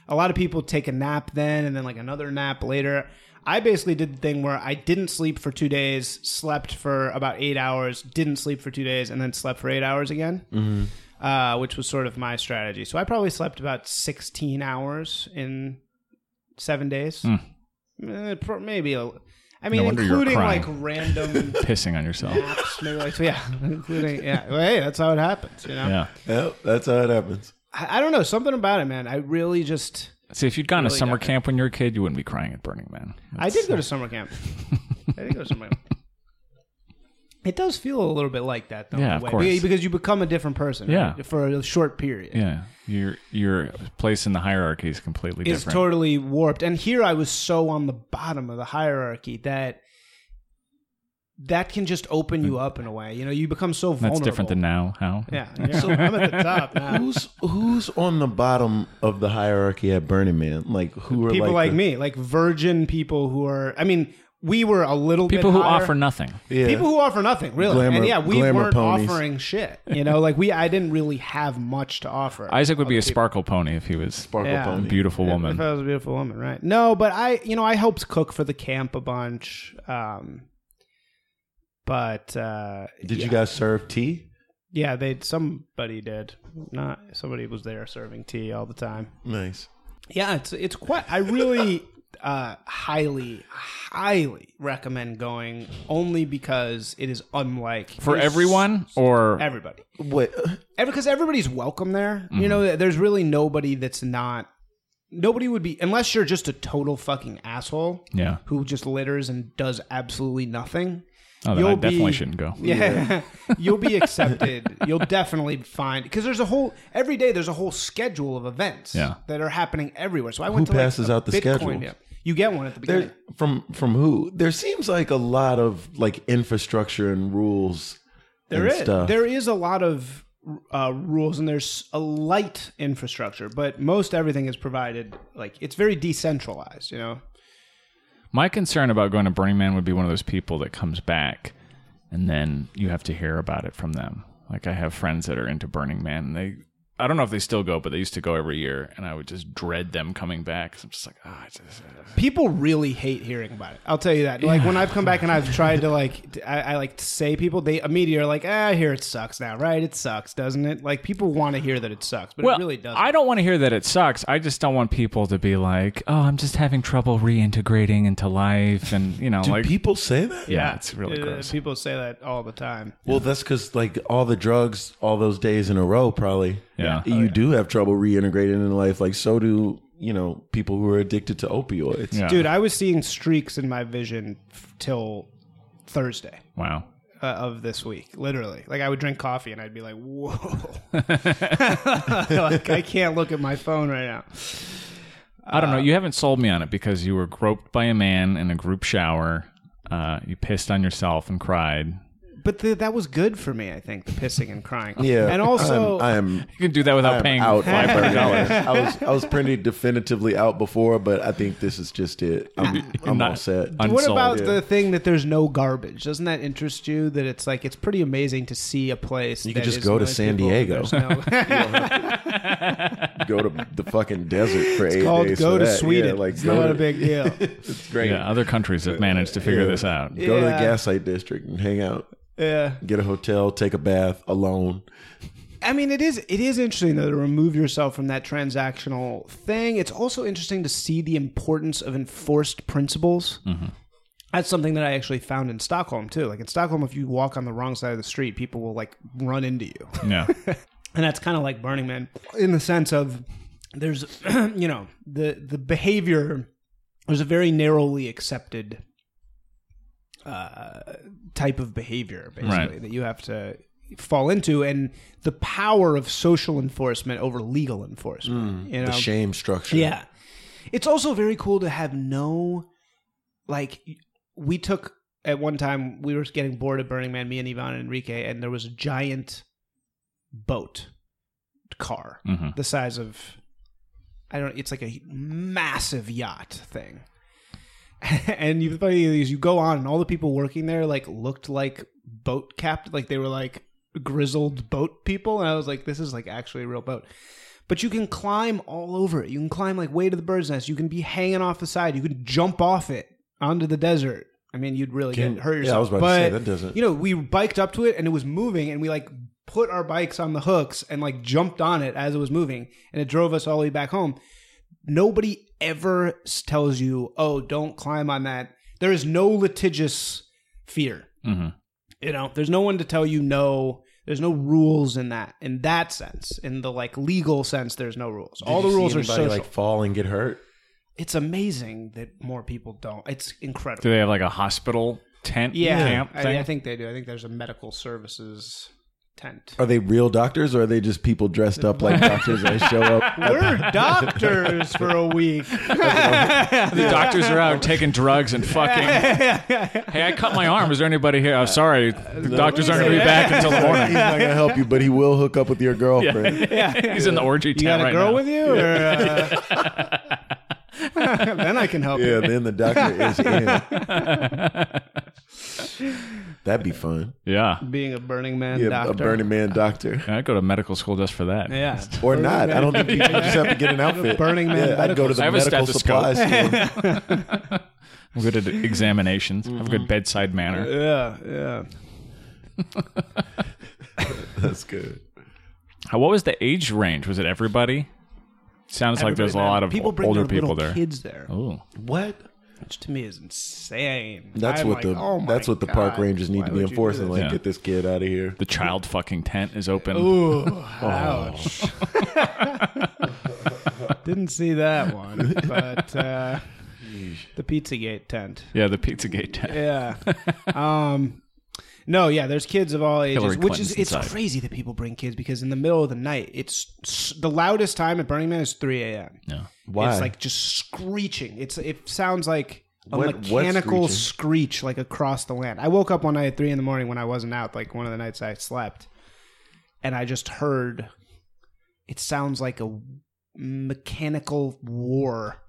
[SPEAKER 3] A lot of people take a nap then and then like another nap later. I basically did the thing where I didn't sleep for two days, slept for about eight hours, didn't sleep for two days, and then slept for eight hours again, mm-hmm. uh, which was sort of my strategy. So I probably slept about sixteen hours in seven days. Eh, pro- maybe a, I mean,
[SPEAKER 2] Hmm. No wonder you were
[SPEAKER 3] including like
[SPEAKER 2] crying.
[SPEAKER 3] random
[SPEAKER 2] Pissing on yourself.
[SPEAKER 3] apps, maybe like yeah, including yeah. Well, hey, that's how it happens, you know.
[SPEAKER 2] Yeah.
[SPEAKER 1] Yep, that's how it happens.
[SPEAKER 3] I, I don't know something about it, man. I really just
[SPEAKER 2] See, if you'd gone to summer
[SPEAKER 3] got it.
[SPEAKER 2] camp when you were a kid, you wouldn't be crying at Burning Man.
[SPEAKER 3] I did go to summer camp. I did go to summer camp. It does feel a little bit like that, though.
[SPEAKER 2] Yeah,
[SPEAKER 3] in a
[SPEAKER 2] of
[SPEAKER 3] way.
[SPEAKER 2] course.
[SPEAKER 3] Be- Because you become a different person.
[SPEAKER 2] Yeah.
[SPEAKER 3] right, For a short period.
[SPEAKER 2] Yeah, your your place in the hierarchy is completely
[SPEAKER 3] It's
[SPEAKER 2] different.
[SPEAKER 3] totally warped. And here I was so on the bottom of the hierarchy that that can just open you up in a way. You know, you become so vulnerable.
[SPEAKER 2] That's different than now. How?
[SPEAKER 3] Yeah. you're- so I'm at the top now.
[SPEAKER 1] Who's who's on the bottom of the hierarchy at Burning Man? Like who are
[SPEAKER 3] people like,
[SPEAKER 1] the-
[SPEAKER 3] me, like virgin people who are. I mean, we were a little
[SPEAKER 2] People
[SPEAKER 3] bit
[SPEAKER 2] who
[SPEAKER 3] higher.
[SPEAKER 2] offer nothing.
[SPEAKER 1] Yeah.
[SPEAKER 3] people who offer nothing really,
[SPEAKER 1] Glamour-
[SPEAKER 3] and yeah, we
[SPEAKER 1] glamour
[SPEAKER 3] weren't
[SPEAKER 1] ponies.
[SPEAKER 3] offering shit. You know, like we, I didn't really have much to offer.
[SPEAKER 2] Isaac would be a sparkle pony if he was
[SPEAKER 1] Sparkle
[SPEAKER 3] Yeah.
[SPEAKER 2] a
[SPEAKER 1] Pony.
[SPEAKER 2] beautiful
[SPEAKER 3] If
[SPEAKER 2] woman.
[SPEAKER 3] I was a beautiful woman, right? No, but I, you know, I helped cook for the camp a bunch. Um, but uh,
[SPEAKER 1] Did you guys serve tea?
[SPEAKER 3] yeah, they somebody did. Not somebody was there serving tea all the time.
[SPEAKER 1] Nice.
[SPEAKER 3] Yeah, it's it's quite. I really uh, highly, highly recommend going only because it is unlike
[SPEAKER 2] For
[SPEAKER 3] it is
[SPEAKER 2] everyone or
[SPEAKER 3] everybody.
[SPEAKER 1] What?
[SPEAKER 3] because everybody's welcome there.
[SPEAKER 1] Mm-hmm.
[SPEAKER 3] You know, there's really nobody that's not. Nobody would be unless you're just a total fucking asshole
[SPEAKER 2] yeah.
[SPEAKER 3] who just litters and does absolutely nothing.
[SPEAKER 2] Oh, then I
[SPEAKER 3] You'll
[SPEAKER 2] definitely
[SPEAKER 3] be-
[SPEAKER 2] shouldn't go.
[SPEAKER 3] Yeah, you'll be accepted. You'll definitely find because there's a whole every day there's a whole schedule of events
[SPEAKER 2] Yeah.
[SPEAKER 3] that are happening everywhere. So I went
[SPEAKER 1] Who
[SPEAKER 3] to
[SPEAKER 1] passes
[SPEAKER 3] like, a
[SPEAKER 1] out the
[SPEAKER 3] Bitcoin
[SPEAKER 1] schedules?
[SPEAKER 3] dip. You get one at the beginning.
[SPEAKER 1] There, uh, from from who? There seems like a lot of like infrastructure and rules
[SPEAKER 3] There
[SPEAKER 1] and
[SPEAKER 3] is-
[SPEAKER 1] stuff.
[SPEAKER 3] there is a lot of uh, rules and there's a light infrastructure, but most everything is provided like it's very decentralized. You know,
[SPEAKER 2] My concern about going to Burning Man would be one of those people that comes back and then you have to hear about it from them. Like I have friends that are into Burning Man and they I don't know if they still go, but they used to go every year and I would just dread them coming back. 'cause I'm just like, ah, it's just-
[SPEAKER 3] people really hate hearing about it. I'll tell you that. Like when I've come back and I've tried to like, t- I, I like to say people, they immediately are like, ah, I hear it sucks now, right? It sucks, doesn't it? Like people want to hear that it sucks, but it really doesn't.
[SPEAKER 2] I don't want to hear that it sucks. I just don't want people to be like, "Oh, I'm just having trouble reintegrating into life," and you know,
[SPEAKER 1] Do
[SPEAKER 2] like,
[SPEAKER 1] people say that?
[SPEAKER 2] yeah, it's really
[SPEAKER 3] Uh,
[SPEAKER 2] gross.
[SPEAKER 3] People say that all the time.
[SPEAKER 1] Well, that's because like all the drugs, all those days in a row, probably.
[SPEAKER 2] Yeah.
[SPEAKER 1] You do have trouble reintegrating into life. Like so do you know people who are addicted to opioids.
[SPEAKER 2] Yeah.
[SPEAKER 3] Dude, I was seeing streaks in my vision f- till Thursday.
[SPEAKER 2] Wow.
[SPEAKER 3] uh, of this week, literally. Like I would drink coffee and I'd be like, "Whoa!" like I can't look at my phone right now.
[SPEAKER 2] I don't know. You haven't sold me on it because you were groped by a man in a group shower. Uh, you pissed on yourself and cried.
[SPEAKER 3] But the, that was good for me, I think, the pissing and crying.
[SPEAKER 1] Yeah.
[SPEAKER 3] and also
[SPEAKER 1] I am.
[SPEAKER 2] You can do that without
[SPEAKER 1] I am
[SPEAKER 2] paying
[SPEAKER 1] out on
[SPEAKER 2] five hundred
[SPEAKER 1] Burning
[SPEAKER 2] dollars.
[SPEAKER 1] Man. I was I was pretty definitively out before, but I think this is just it. I'm, I'm all
[SPEAKER 2] Not-
[SPEAKER 1] set.
[SPEAKER 2] un-
[SPEAKER 3] what
[SPEAKER 2] unsold,
[SPEAKER 3] about
[SPEAKER 1] yeah.
[SPEAKER 3] the thing that there's no garbage? Doesn't that interest you? That it's like it's pretty amazing to see a place. You
[SPEAKER 1] could just go to San Diego. go to the fucking desert for eight
[SPEAKER 3] called
[SPEAKER 1] days.
[SPEAKER 3] go
[SPEAKER 1] for
[SPEAKER 3] to
[SPEAKER 1] that.
[SPEAKER 3] Sweden.
[SPEAKER 1] Yeah, like
[SPEAKER 3] it's
[SPEAKER 1] go
[SPEAKER 3] not
[SPEAKER 1] to,
[SPEAKER 3] a big deal.
[SPEAKER 1] It's great.
[SPEAKER 2] Yeah, other countries have managed to figure
[SPEAKER 1] Yeah.
[SPEAKER 2] this out.
[SPEAKER 1] Go to the
[SPEAKER 3] Yeah.
[SPEAKER 1] gaslight district and hang out.
[SPEAKER 3] yeah.
[SPEAKER 1] Get a hotel, take a bath alone.
[SPEAKER 3] I mean, it is it is interesting though to remove yourself from that transactional thing. It's also interesting to see the importance of enforced principles.
[SPEAKER 1] Mm-hmm.
[SPEAKER 3] That's something that I actually found in Stockholm too. Like in Stockholm, if you walk on the wrong side of the street, people will like run into you,
[SPEAKER 2] Yeah,
[SPEAKER 3] and that's kind of like Burning Man in the sense of there's you know the the behavior there's a very narrowly accepted uh, type of behavior basically
[SPEAKER 2] Right.
[SPEAKER 3] that you have to fall into and the power of social enforcement over legal enforcement you know
[SPEAKER 1] The shame structure.
[SPEAKER 3] yeah it's also very cool to have no like we took at one time we were getting bored of burning man me and ivan and enrique and there was a giant boat car
[SPEAKER 2] Mhm.
[SPEAKER 3] the size of i don't it's like a massive yacht thing and you, the funny thing is you go on and all the people working there like looked like boat captain like they were like grizzled boat people and i was like this is like actually a real boat but you can climb all over it you can climb like way to the bird's nest you can be hanging off the side you can jump off it onto the desert i mean you'd really
[SPEAKER 1] Can-
[SPEAKER 3] get hurt
[SPEAKER 1] yeah,
[SPEAKER 3] yourself
[SPEAKER 1] I was about to
[SPEAKER 3] but,
[SPEAKER 1] say, that doesn't-
[SPEAKER 3] you know we biked up to it and it was moving and we like put our bikes on the hooks and like jumped on it as it was moving and it drove us all the way back home nobody ever s- tells you, "Oh, don't climb on that." There is no litigious fear.
[SPEAKER 2] Mhm.
[SPEAKER 3] You know, there's no one to tell you no. There's no rules in that in that sense. In the like legal sense, there's no rules.
[SPEAKER 1] Did
[SPEAKER 3] All the
[SPEAKER 1] you see
[SPEAKER 3] rules are
[SPEAKER 1] anybody,
[SPEAKER 3] social.
[SPEAKER 1] Like fall and get hurt.
[SPEAKER 3] it's amazing that more people don't. It's incredible.
[SPEAKER 2] do they have like a hospital tent
[SPEAKER 3] yeah,
[SPEAKER 2] camp
[SPEAKER 3] I,
[SPEAKER 2] thing?
[SPEAKER 3] I think they do. I think there's a medical services tent.
[SPEAKER 2] Oh,
[SPEAKER 1] Are they real doctors or are they just people dressed up like doctors that show up?
[SPEAKER 3] We're doctors for a week.
[SPEAKER 2] the doctors are out taking drugs and fucking. Hey, I cut my arm. Is there anybody here? I'm sorry. The doctors aren't going to be back until the
[SPEAKER 1] He's
[SPEAKER 2] morning.
[SPEAKER 1] not gonna help you, but he will hook up with your girlfriend.
[SPEAKER 2] He's in the orgy
[SPEAKER 3] You got
[SPEAKER 2] tent
[SPEAKER 3] a
[SPEAKER 2] right
[SPEAKER 3] girl
[SPEAKER 2] now.
[SPEAKER 3] with you? Or, uh, then I can help
[SPEAKER 1] Yeah,
[SPEAKER 3] you.
[SPEAKER 1] then the doctor is in. That'd be fun.
[SPEAKER 2] yeah.
[SPEAKER 3] Being a Burning Man
[SPEAKER 1] Yeah,
[SPEAKER 3] doctor.
[SPEAKER 1] a Burning Man doctor.
[SPEAKER 2] I'd go to medical school just for that.
[SPEAKER 3] Yeah.
[SPEAKER 1] Or not. I don't think you you just have to get an outfit.
[SPEAKER 3] Burning Man
[SPEAKER 1] Yeah, I'd go to
[SPEAKER 2] I
[SPEAKER 1] the
[SPEAKER 2] have a
[SPEAKER 1] medical
[SPEAKER 2] stethoscope.
[SPEAKER 1] supply store.
[SPEAKER 2] I'm good at examinations. Have a
[SPEAKER 3] Mm-hmm.
[SPEAKER 2] good bedside manner.
[SPEAKER 3] Yeah, yeah.
[SPEAKER 1] That's good.
[SPEAKER 2] How- What was the age range? Was it everybody? Sounds like there's a lot of
[SPEAKER 3] people bring
[SPEAKER 2] older
[SPEAKER 3] their little
[SPEAKER 2] people there. Oh.
[SPEAKER 3] Kids there,
[SPEAKER 2] Ooh.
[SPEAKER 1] What?
[SPEAKER 3] which to me is insane.
[SPEAKER 1] That's
[SPEAKER 3] I'm
[SPEAKER 1] what
[SPEAKER 3] like,
[SPEAKER 1] the
[SPEAKER 3] oh my
[SPEAKER 1] that's what the park
[SPEAKER 3] God,
[SPEAKER 1] rangers need
[SPEAKER 3] why
[SPEAKER 1] to be
[SPEAKER 3] would you do
[SPEAKER 1] enforcing. Like,
[SPEAKER 2] Yeah.
[SPEAKER 1] get this kid out of here.
[SPEAKER 2] The child fucking tent is open.
[SPEAKER 3] Ooh, ouch. Didn't see that one, but uh, the Pizzagate tent.
[SPEAKER 2] Yeah, the Pizzagate tent.
[SPEAKER 3] Yeah. um, no, yeah, there's kids of all ages,
[SPEAKER 2] Hillary
[SPEAKER 3] which is
[SPEAKER 2] Clinton's
[SPEAKER 3] it's
[SPEAKER 2] inside.
[SPEAKER 3] crazy that people bring kids because in the middle of the night, it's s- the loudest time at Burning Man is 3 a.m.
[SPEAKER 2] Yeah.
[SPEAKER 1] Why?
[SPEAKER 3] It's like just screeching. It's it sounds like a
[SPEAKER 1] What- what
[SPEAKER 3] mechanical
[SPEAKER 1] screeching?
[SPEAKER 3] screech like across the land. I woke up one night at three in the morning when I wasn't out, like one of the nights I slept, and I just heard. It sounds like a mechanical war.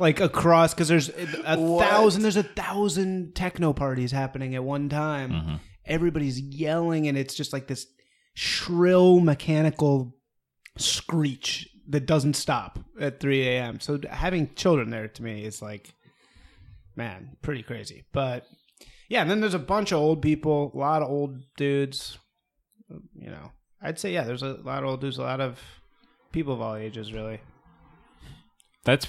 [SPEAKER 3] like across because there's a thousand there's a thousand techno parties happening at one time everybody's yelling and it's just like this shrill mechanical screech that doesn't stop at 3 a.m. So having children there to me is like, man, pretty crazy. But yeah, and then there's a bunch of old people, a lot of old dudes. You know, I'd say yeah, there's a lot of old dudes, a lot of people of all ages, really.
[SPEAKER 2] That's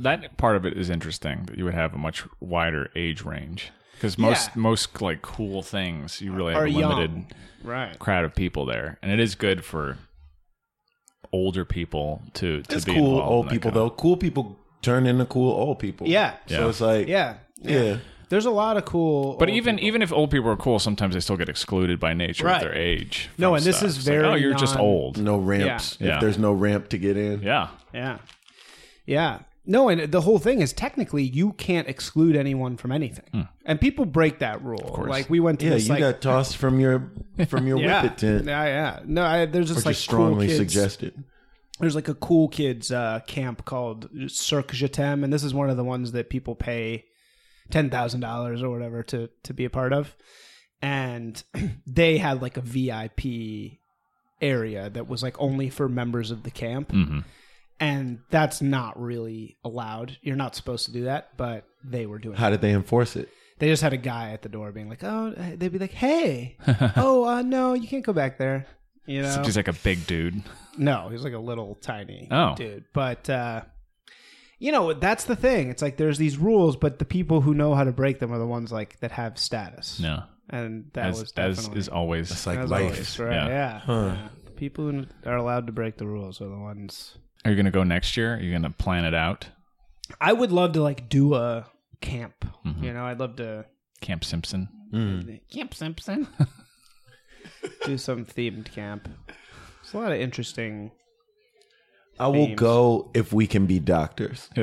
[SPEAKER 2] that part of it is interesting that you would have a much wider age range because most
[SPEAKER 3] Yeah.
[SPEAKER 2] most like cool things you really have
[SPEAKER 3] Are
[SPEAKER 2] a limited
[SPEAKER 3] young, right?
[SPEAKER 2] crowd of people there, and it is good for older people to to
[SPEAKER 1] it's
[SPEAKER 2] be
[SPEAKER 1] cool
[SPEAKER 2] involved in
[SPEAKER 1] old
[SPEAKER 2] that
[SPEAKER 1] people
[SPEAKER 2] kind of-
[SPEAKER 1] though. Cool people turn into cool old people.
[SPEAKER 3] Yeah.
[SPEAKER 1] So it's like
[SPEAKER 3] Yeah,
[SPEAKER 1] yeah.
[SPEAKER 3] There's a lot of cool,
[SPEAKER 2] But
[SPEAKER 3] old
[SPEAKER 2] even
[SPEAKER 3] people.
[SPEAKER 2] even if old people are cool, sometimes they still get excluded by nature
[SPEAKER 3] Right.
[SPEAKER 2] of their age.
[SPEAKER 3] No,
[SPEAKER 2] from
[SPEAKER 3] and this
[SPEAKER 2] stuff.
[SPEAKER 3] is
[SPEAKER 2] It's like,
[SPEAKER 3] very
[SPEAKER 2] oh, you're just
[SPEAKER 3] non-
[SPEAKER 2] old.
[SPEAKER 1] No ramps.
[SPEAKER 2] Yeah.
[SPEAKER 1] If there's no ramp to get in.
[SPEAKER 2] Yeah,
[SPEAKER 3] Yeah. Yeah. No, and the whole thing is technically you can't exclude anyone from anything.
[SPEAKER 2] Hmm.
[SPEAKER 3] And people break that rule. Like we went to
[SPEAKER 1] Yeah,
[SPEAKER 3] this
[SPEAKER 1] you
[SPEAKER 3] like
[SPEAKER 1] got tossed from your from your
[SPEAKER 3] yeah,
[SPEAKER 1] whippet tent.
[SPEAKER 3] yeah, yeah. No, I, there's
[SPEAKER 1] Or just
[SPEAKER 3] just like
[SPEAKER 1] strongly
[SPEAKER 3] cool kids.
[SPEAKER 1] suggested.
[SPEAKER 3] There's like a cool kids uh, camp called Cirque Jetem, and this is one of the ones that people pay ten thousand dollars or whatever to to be a part of. And they had like a VIP area that was like only for members of the camp and that's not really allowed. You're not supposed to do that, but they were doing. it.
[SPEAKER 1] How did they enforce it?
[SPEAKER 3] They just had a guy at the door being like, "Oh," they'd be like, "Hey, oh uh, no, you can't go back there." You know,
[SPEAKER 2] he's like a big dude.
[SPEAKER 3] no, he's like a little tiny
[SPEAKER 2] Oh.
[SPEAKER 3] dude, but uh, you know that's the thing. It's like there's these rules, but the people who know how to break them are the ones like that have status.
[SPEAKER 2] No,
[SPEAKER 3] and that
[SPEAKER 2] as
[SPEAKER 3] was
[SPEAKER 2] as
[SPEAKER 3] definitely
[SPEAKER 2] is always.
[SPEAKER 1] It's like
[SPEAKER 3] as
[SPEAKER 1] life.
[SPEAKER 3] always, right?
[SPEAKER 2] Yeah.
[SPEAKER 3] Yeah. yeah. The People who are allowed to break the rules are the ones.
[SPEAKER 2] Are you gonna go next year? Are you gonna plan it out?
[SPEAKER 3] I would love to like do a camp.
[SPEAKER 2] Mm-hmm.
[SPEAKER 3] You know, I'd love to
[SPEAKER 2] Camp Simpson.
[SPEAKER 3] camp Simpson. do some themed camp. There's a lot of interesting.
[SPEAKER 1] I will
[SPEAKER 3] Themes.
[SPEAKER 1] go if we can be doctors.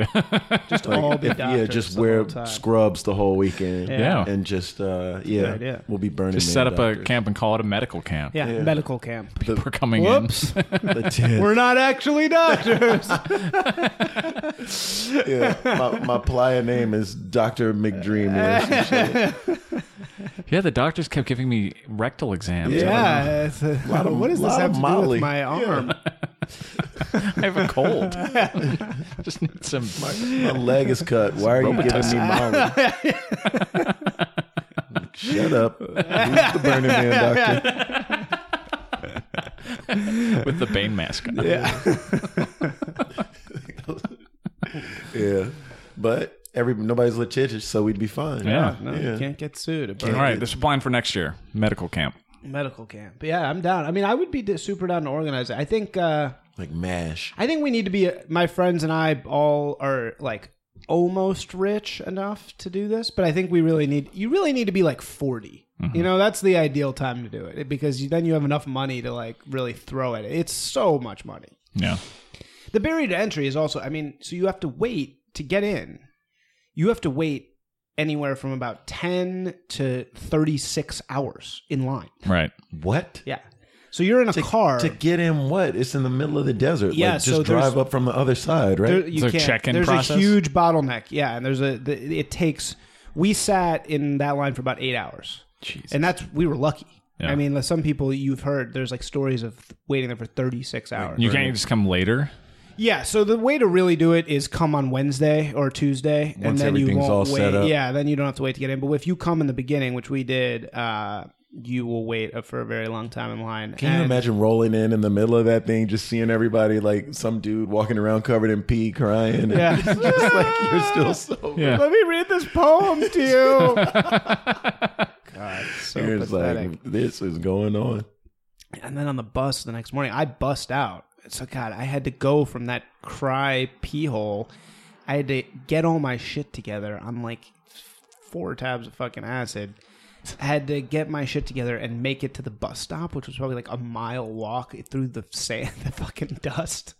[SPEAKER 3] Just all be
[SPEAKER 1] If-
[SPEAKER 3] doctors.
[SPEAKER 1] yeah, just
[SPEAKER 3] the
[SPEAKER 1] wear
[SPEAKER 3] whole time.
[SPEAKER 1] scrubs the whole weekend.
[SPEAKER 2] Yeah.
[SPEAKER 1] And just uh yeah,
[SPEAKER 3] idea.
[SPEAKER 1] we'll be burning.
[SPEAKER 2] Just set up a camp and call it a medical camp.
[SPEAKER 3] Yeah, medical camp.
[SPEAKER 2] People are coming
[SPEAKER 3] Whoops,
[SPEAKER 1] a the tent.
[SPEAKER 3] we're not actually doctors.
[SPEAKER 1] yeah. My, my playa name is Doctor McDreamy.
[SPEAKER 2] in. Yeah, the doctors kept giving me rectal exams.
[SPEAKER 3] yeah, it's a,
[SPEAKER 1] Lot of-
[SPEAKER 3] what does this
[SPEAKER 1] lot
[SPEAKER 3] have
[SPEAKER 1] of
[SPEAKER 3] to do
[SPEAKER 1] Molly.
[SPEAKER 3] with my arm?
[SPEAKER 2] I have a cold. Just need some.
[SPEAKER 1] my leg is cut. Why are you giving me Molly? Shut up. Who's the Burning Man doctor?
[SPEAKER 2] with the Bane mask on.
[SPEAKER 1] Yeah. But every nobody's litigious, so we'd be fine.
[SPEAKER 2] Yeah.
[SPEAKER 3] No,
[SPEAKER 1] Yeah.
[SPEAKER 3] you can't get sued. at
[SPEAKER 2] All right, this is plan for next year. Medical camp.
[SPEAKER 3] Medical camp. But yeah, I'm down. I mean, I would be d- super down to organize it. I think. uh
[SPEAKER 1] Like mash.
[SPEAKER 3] I think we need to be. My friends and I all are like almost rich enough to do this, but I think we really need you really need to be like 40. You know, that's the ideal time to do it because you, then you have enough money to like really throw at it. It's so much money.
[SPEAKER 2] Yeah.
[SPEAKER 3] The barrier to entry is also, I mean, so you have to wait to get in. You have to wait anywhere from about 10 to 36 hours in line.
[SPEAKER 2] Right.
[SPEAKER 1] What?
[SPEAKER 3] Yeah. So you're in a car.
[SPEAKER 1] To get in what? It's in the middle of the desert. like,
[SPEAKER 3] Yeah,
[SPEAKER 1] just
[SPEAKER 3] so there's-
[SPEAKER 1] drive up from the other side, right?
[SPEAKER 3] There- you
[SPEAKER 2] There's a
[SPEAKER 3] can't-
[SPEAKER 2] check-in
[SPEAKER 3] There's
[SPEAKER 2] process?
[SPEAKER 3] a huge bottleneck. Yeah, and there's a. The, it takes. We sat in that line for about eight hours,
[SPEAKER 2] Jesus.
[SPEAKER 3] and that's we were lucky.
[SPEAKER 2] Yeah.
[SPEAKER 3] I mean, like, some people you've heard there's like stories of waiting there for 36 hours.
[SPEAKER 2] You can't just come later.
[SPEAKER 3] yeah, so the way to really do it is come on Wednesday or Tuesday, and
[SPEAKER 1] Once
[SPEAKER 3] then you
[SPEAKER 1] everything's
[SPEAKER 3] won't
[SPEAKER 1] all
[SPEAKER 3] wait.
[SPEAKER 1] set up.
[SPEAKER 3] Yeah, then you don't have to wait to get in. But if you come in the beginning, which we did, uh, you will wait uh, for a very long time in line.
[SPEAKER 1] Can you
[SPEAKER 3] And-
[SPEAKER 1] imagine rolling in in the middle of that thing, just seeing everybody like some dude walking around covered in pee, crying? and
[SPEAKER 3] Yeah.
[SPEAKER 1] it's just like you're still so.
[SPEAKER 2] Yeah.
[SPEAKER 3] Let me read this poem to you. God, so
[SPEAKER 1] You're just
[SPEAKER 3] pathetic.
[SPEAKER 1] like this is going on.
[SPEAKER 3] and then on the bus the next morning, I bust out. So God, I had to go from that cry pee hole. I had to get all my shit together. I'm like four tabs of fucking acid. I had to get my shit together and make it to the bus stop, which was probably like a mile walk through the sand, the fucking dust.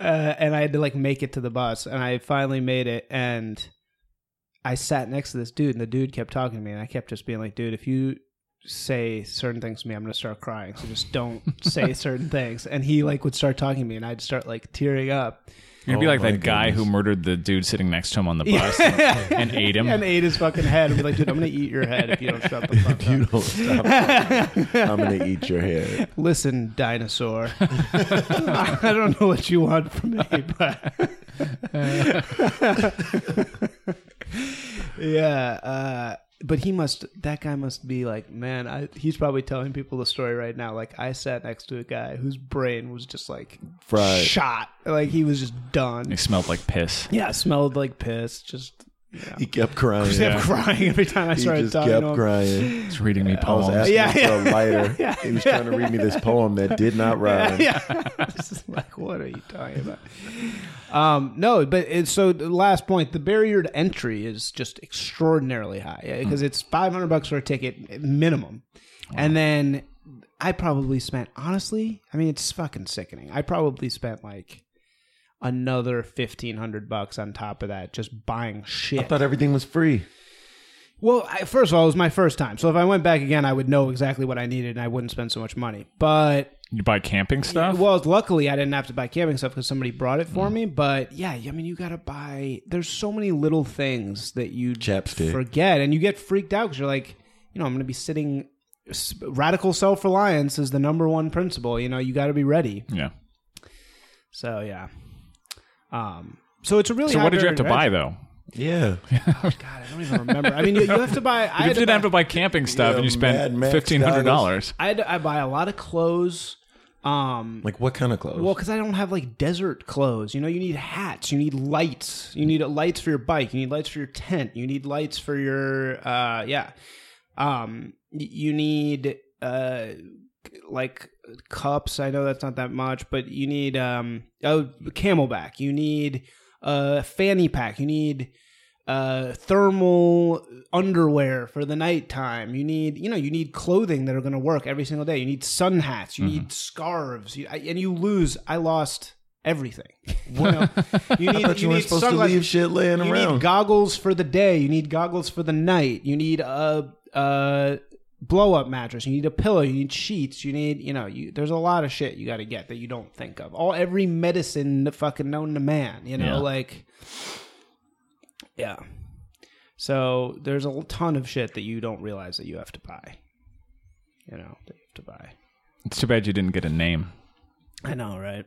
[SPEAKER 3] Uh, and I had to like make it to the bus, and I finally made it. And I sat next to this dude, and the dude kept talking to me, and I kept just being like, "Dude, if you say certain things to me, I'm gonna start crying. So just don't say certain things. And he like would start talking to me, and I'd start like tearing up
[SPEAKER 2] You'd be
[SPEAKER 1] Oh
[SPEAKER 2] like
[SPEAKER 1] my
[SPEAKER 2] that guy who
[SPEAKER 1] goodness.
[SPEAKER 2] murdered the dude sitting next to him on the bus and, and ate him.
[SPEAKER 3] and ate his fucking head. And be like, dude, I'm gonna eat your head if you don't shut the fuck
[SPEAKER 1] You
[SPEAKER 3] up.
[SPEAKER 1] don't stop. I'm gonna eat your head.
[SPEAKER 3] Listen, dinosaur. I don't know what you want from me, but yeah. Uh, but he must. That guy must be like, man. I, he's probably telling people the story right now. Like, I sat next to a guy whose brain was just like
[SPEAKER 1] Fried.
[SPEAKER 3] shot. Like he was just done.
[SPEAKER 2] He smelled like piss.
[SPEAKER 3] Yeah, smelled like piss. Just
[SPEAKER 1] He kept crying.
[SPEAKER 3] kept crying every time I
[SPEAKER 1] He
[SPEAKER 3] started
[SPEAKER 1] just
[SPEAKER 3] talking
[SPEAKER 1] kept
[SPEAKER 3] to him.
[SPEAKER 1] crying.
[SPEAKER 2] He's reading me
[SPEAKER 1] I was
[SPEAKER 2] poems.
[SPEAKER 1] asking
[SPEAKER 3] Yeah,
[SPEAKER 1] him for a lighter.
[SPEAKER 3] yeah.
[SPEAKER 1] He was trying to read me this poem that did not rhyme.
[SPEAKER 3] yeah. This is like, what are you talking about? Um, no, but it, so the last point, the barrier to entry is just extraordinarily high
[SPEAKER 1] Mm.
[SPEAKER 3] because it's 500 bucks for a ticket minimum. And then I probably spent, honestly, I mean, it's fucking sickening. I probably spent like another 1500 bucks on top of that just buying shit.
[SPEAKER 1] I thought everything was free.
[SPEAKER 3] Well, I, first of all, it was my first time. So if I went back again, I would know exactly what I needed and I wouldn't spend so much money. But
[SPEAKER 2] You buy camping stuff? Mm.
[SPEAKER 3] well, luckily I didn't have to buy camping stuff because somebody brought it for me. But yeah, I mean, you gotta buy. There's so many little things that you
[SPEAKER 1] Chapstick.
[SPEAKER 3] forget, and you get freaked out because you're like, you know, I'm gonna be sitting. s- Radical self reliance is the number one principle. You know, you got to be ready.
[SPEAKER 2] yeah.
[SPEAKER 3] So yeah. Um. So it's a really.
[SPEAKER 2] So
[SPEAKER 3] high
[SPEAKER 2] what did you have to
[SPEAKER 3] barrier
[SPEAKER 2] buy though?
[SPEAKER 1] Yeah.
[SPEAKER 3] entry. God, I don't even remember. I mean, you, you have to buy. I
[SPEAKER 2] You
[SPEAKER 3] had to
[SPEAKER 2] didn't
[SPEAKER 3] buy,
[SPEAKER 2] have to buy camping stuff
[SPEAKER 1] Yeah,
[SPEAKER 2] and you spent
[SPEAKER 1] Mad Max
[SPEAKER 2] fifteen hundred dollars.
[SPEAKER 3] I had to- I buy a lot of clothes. Um.
[SPEAKER 1] Like what kind of clothes?
[SPEAKER 3] Well, because I don't have like desert clothes. You know, you need hats. You need lights. You need uh, lights for your bike. You need lights for your tent. You need lights for your uh yeah. Um, y- you need uh like cups. I know that's not that much, but you need um oh camelback. You need a fanny pack. You need uh thermal underwear for the nighttime you need you know you need clothing that are going to work every single day you need sun hats you
[SPEAKER 1] Mm-hmm.
[SPEAKER 3] need scarves you, I, and you lose i lost everything you, know, you need
[SPEAKER 1] I thought you,
[SPEAKER 3] need
[SPEAKER 1] weren't supposed
[SPEAKER 3] sunglasses.
[SPEAKER 1] to leave shit laying
[SPEAKER 3] you
[SPEAKER 1] around.
[SPEAKER 3] need goggles for the day you need goggles for the night you need a uh blow up mattress you need a pillow you need sheets you need you know you there's a lot of shit you got to get that you don't think of all every medicine fucking known to man you know
[SPEAKER 2] Yeah.
[SPEAKER 3] like yeah so there's a ton of shit that you don't realize that you have to buy you know that you have to buy
[SPEAKER 2] It's too bad you didn't get a name.
[SPEAKER 3] i know right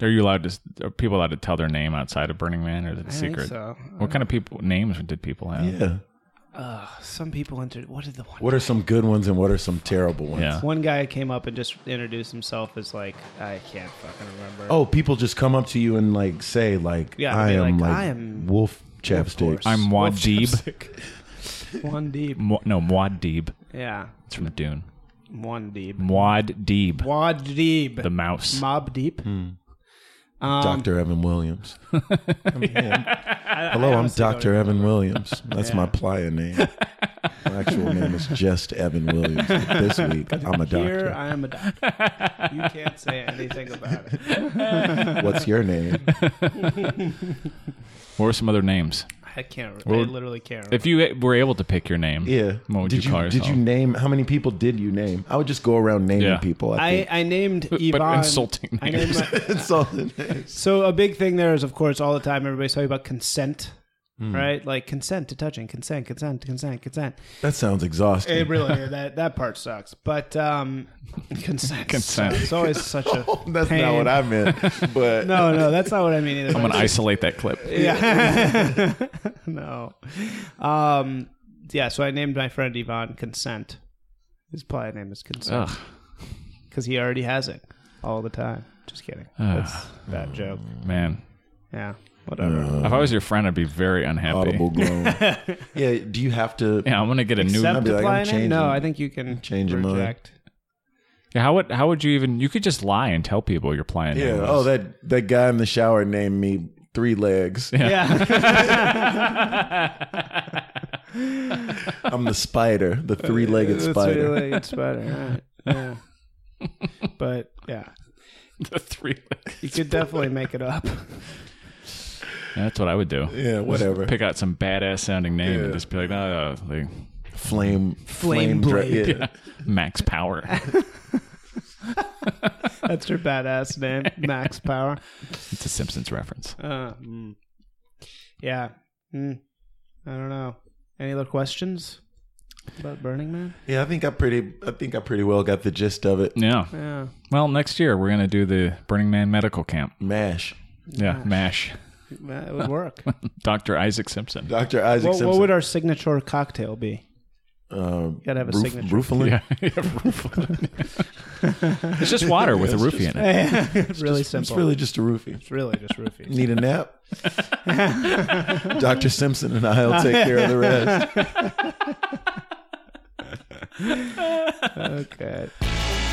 [SPEAKER 2] Are you allowed to? Are people allowed to tell their name outside of Burning Man, or is it a
[SPEAKER 3] I think
[SPEAKER 2] secret?
[SPEAKER 3] so
[SPEAKER 2] What kind of people names did people have?
[SPEAKER 1] yeah.
[SPEAKER 3] some people entered what did the one
[SPEAKER 1] What are some good ones and what are some terrible ones?
[SPEAKER 2] Yeah.
[SPEAKER 3] One guy came up and just introduced himself as like I can't fucking remember.
[SPEAKER 1] Oh, people just come up to you and like say like,
[SPEAKER 3] Yeah,
[SPEAKER 1] I
[SPEAKER 3] they're
[SPEAKER 1] am
[SPEAKER 3] like,
[SPEAKER 1] like,
[SPEAKER 3] "I am
[SPEAKER 1] wolf chapstick.
[SPEAKER 3] course.
[SPEAKER 2] I'm Muad'Dib.
[SPEAKER 3] One deep.
[SPEAKER 2] Mu- no, Muad'Dib.
[SPEAKER 3] Yeah,
[SPEAKER 2] It's from Dune.
[SPEAKER 3] one deep.
[SPEAKER 2] Muad'Dib,
[SPEAKER 3] Wad deep.
[SPEAKER 2] the mouse.
[SPEAKER 3] Mob deep. Um,
[SPEAKER 1] Dr. Evan Williams. I'm him. Hello, I'm Dr. Evan Williams. That's my plier name. My actual name is just Evan Williams. But This week, I'm a
[SPEAKER 3] Here
[SPEAKER 1] doctor.
[SPEAKER 3] I am a doctor. you can't say anything about it.
[SPEAKER 1] What's your name?
[SPEAKER 2] What were some other names?
[SPEAKER 3] I can't. I
[SPEAKER 2] Well,
[SPEAKER 3] literally can't.
[SPEAKER 2] If you were able to pick your name,
[SPEAKER 1] Yeah.
[SPEAKER 2] what would
[SPEAKER 1] did
[SPEAKER 2] you call yourself?
[SPEAKER 1] Did you name how many people did you name? I would just go around naming
[SPEAKER 2] Yeah.
[SPEAKER 1] people. I,
[SPEAKER 3] I,
[SPEAKER 1] think.
[SPEAKER 3] I named
[SPEAKER 2] but
[SPEAKER 3] Yvonne.
[SPEAKER 2] insulting
[SPEAKER 3] I named
[SPEAKER 2] names.
[SPEAKER 3] my,
[SPEAKER 1] it's all it is.
[SPEAKER 3] so a big thing there is, of course, all the time everybody's talking about consent,
[SPEAKER 2] Hmm.
[SPEAKER 3] right? Like consent to touching, consent, consent, consent, consent.
[SPEAKER 1] That sounds exhausting.
[SPEAKER 3] It really that that part sucks. But um, consent,
[SPEAKER 2] Consent.
[SPEAKER 3] It's always such a.
[SPEAKER 1] That's
[SPEAKER 3] pain.
[SPEAKER 1] not what I meant. But
[SPEAKER 3] No, no, that's not what I mean either.
[SPEAKER 2] I'm gonna isolate that clip.
[SPEAKER 3] yeah. no. Um. Yeah. So I named my friend Yvonne Consent. His play name is Consent
[SPEAKER 2] Ugh. Ah.
[SPEAKER 3] because he already has it all the time. Just kidding. That's a bad joke.
[SPEAKER 2] Man,
[SPEAKER 3] Yeah. Whatever.
[SPEAKER 2] if I was your friend, I'd be very unhappy.
[SPEAKER 1] audible groan. yeah, do you have to?
[SPEAKER 2] Yeah, I'm gonna get a new.
[SPEAKER 3] Except
[SPEAKER 1] I'd be like, I'm
[SPEAKER 3] apply name? No,
[SPEAKER 1] changing-
[SPEAKER 3] I think you can
[SPEAKER 1] change your mind.
[SPEAKER 3] reject.
[SPEAKER 2] Yeah, How would how would you even? You could just lie and tell people you're playing.
[SPEAKER 1] Yeah. Oh, that that guy in the shower named me three legs.
[SPEAKER 3] Yeah.
[SPEAKER 1] I'm the spider, the three-legged
[SPEAKER 3] That's
[SPEAKER 1] spider.
[SPEAKER 3] really- it's better. Right. Yeah. but yeah,
[SPEAKER 2] the three.
[SPEAKER 3] you could definitely make it up.
[SPEAKER 2] that's what I would do.
[SPEAKER 1] Yeah, whatever.
[SPEAKER 2] Pick out some badass sounding name
[SPEAKER 1] Yeah.
[SPEAKER 2] and just be like, oh, like
[SPEAKER 1] Flame, flame,
[SPEAKER 3] blade.
[SPEAKER 1] yeah.
[SPEAKER 2] Max Power.
[SPEAKER 3] That's your badass name, Max Power.
[SPEAKER 2] it's a Simpsons reference.
[SPEAKER 3] Uh, mm. Yeah. Mm. I don't know. Any other questions about Burning Man?
[SPEAKER 1] Yeah, I think I pretty, I think I pretty well got the gist of it.
[SPEAKER 2] Yeah.
[SPEAKER 3] Yeah.
[SPEAKER 2] Well, next year we're gonna do the Burning Man medical camp.
[SPEAKER 1] Mash,
[SPEAKER 2] Yeah, Mash.
[SPEAKER 3] It would work.
[SPEAKER 2] Dr. Isaac Simpson.
[SPEAKER 1] Doctor Isaac
[SPEAKER 3] what,
[SPEAKER 1] Simpson.
[SPEAKER 3] what would our signature cocktail be?
[SPEAKER 1] um,
[SPEAKER 3] Gotta have a
[SPEAKER 1] roof,
[SPEAKER 3] signature.
[SPEAKER 1] roofling?
[SPEAKER 2] Yeah, yeah, roofie. it's just water with a roofie in it.
[SPEAKER 3] it's really
[SPEAKER 1] It's
[SPEAKER 3] simple.
[SPEAKER 1] really just a roofie.
[SPEAKER 3] it's really just roofies.
[SPEAKER 1] Need a nap? Doctor Simpson and I'll take care of the rest.
[SPEAKER 3] okay.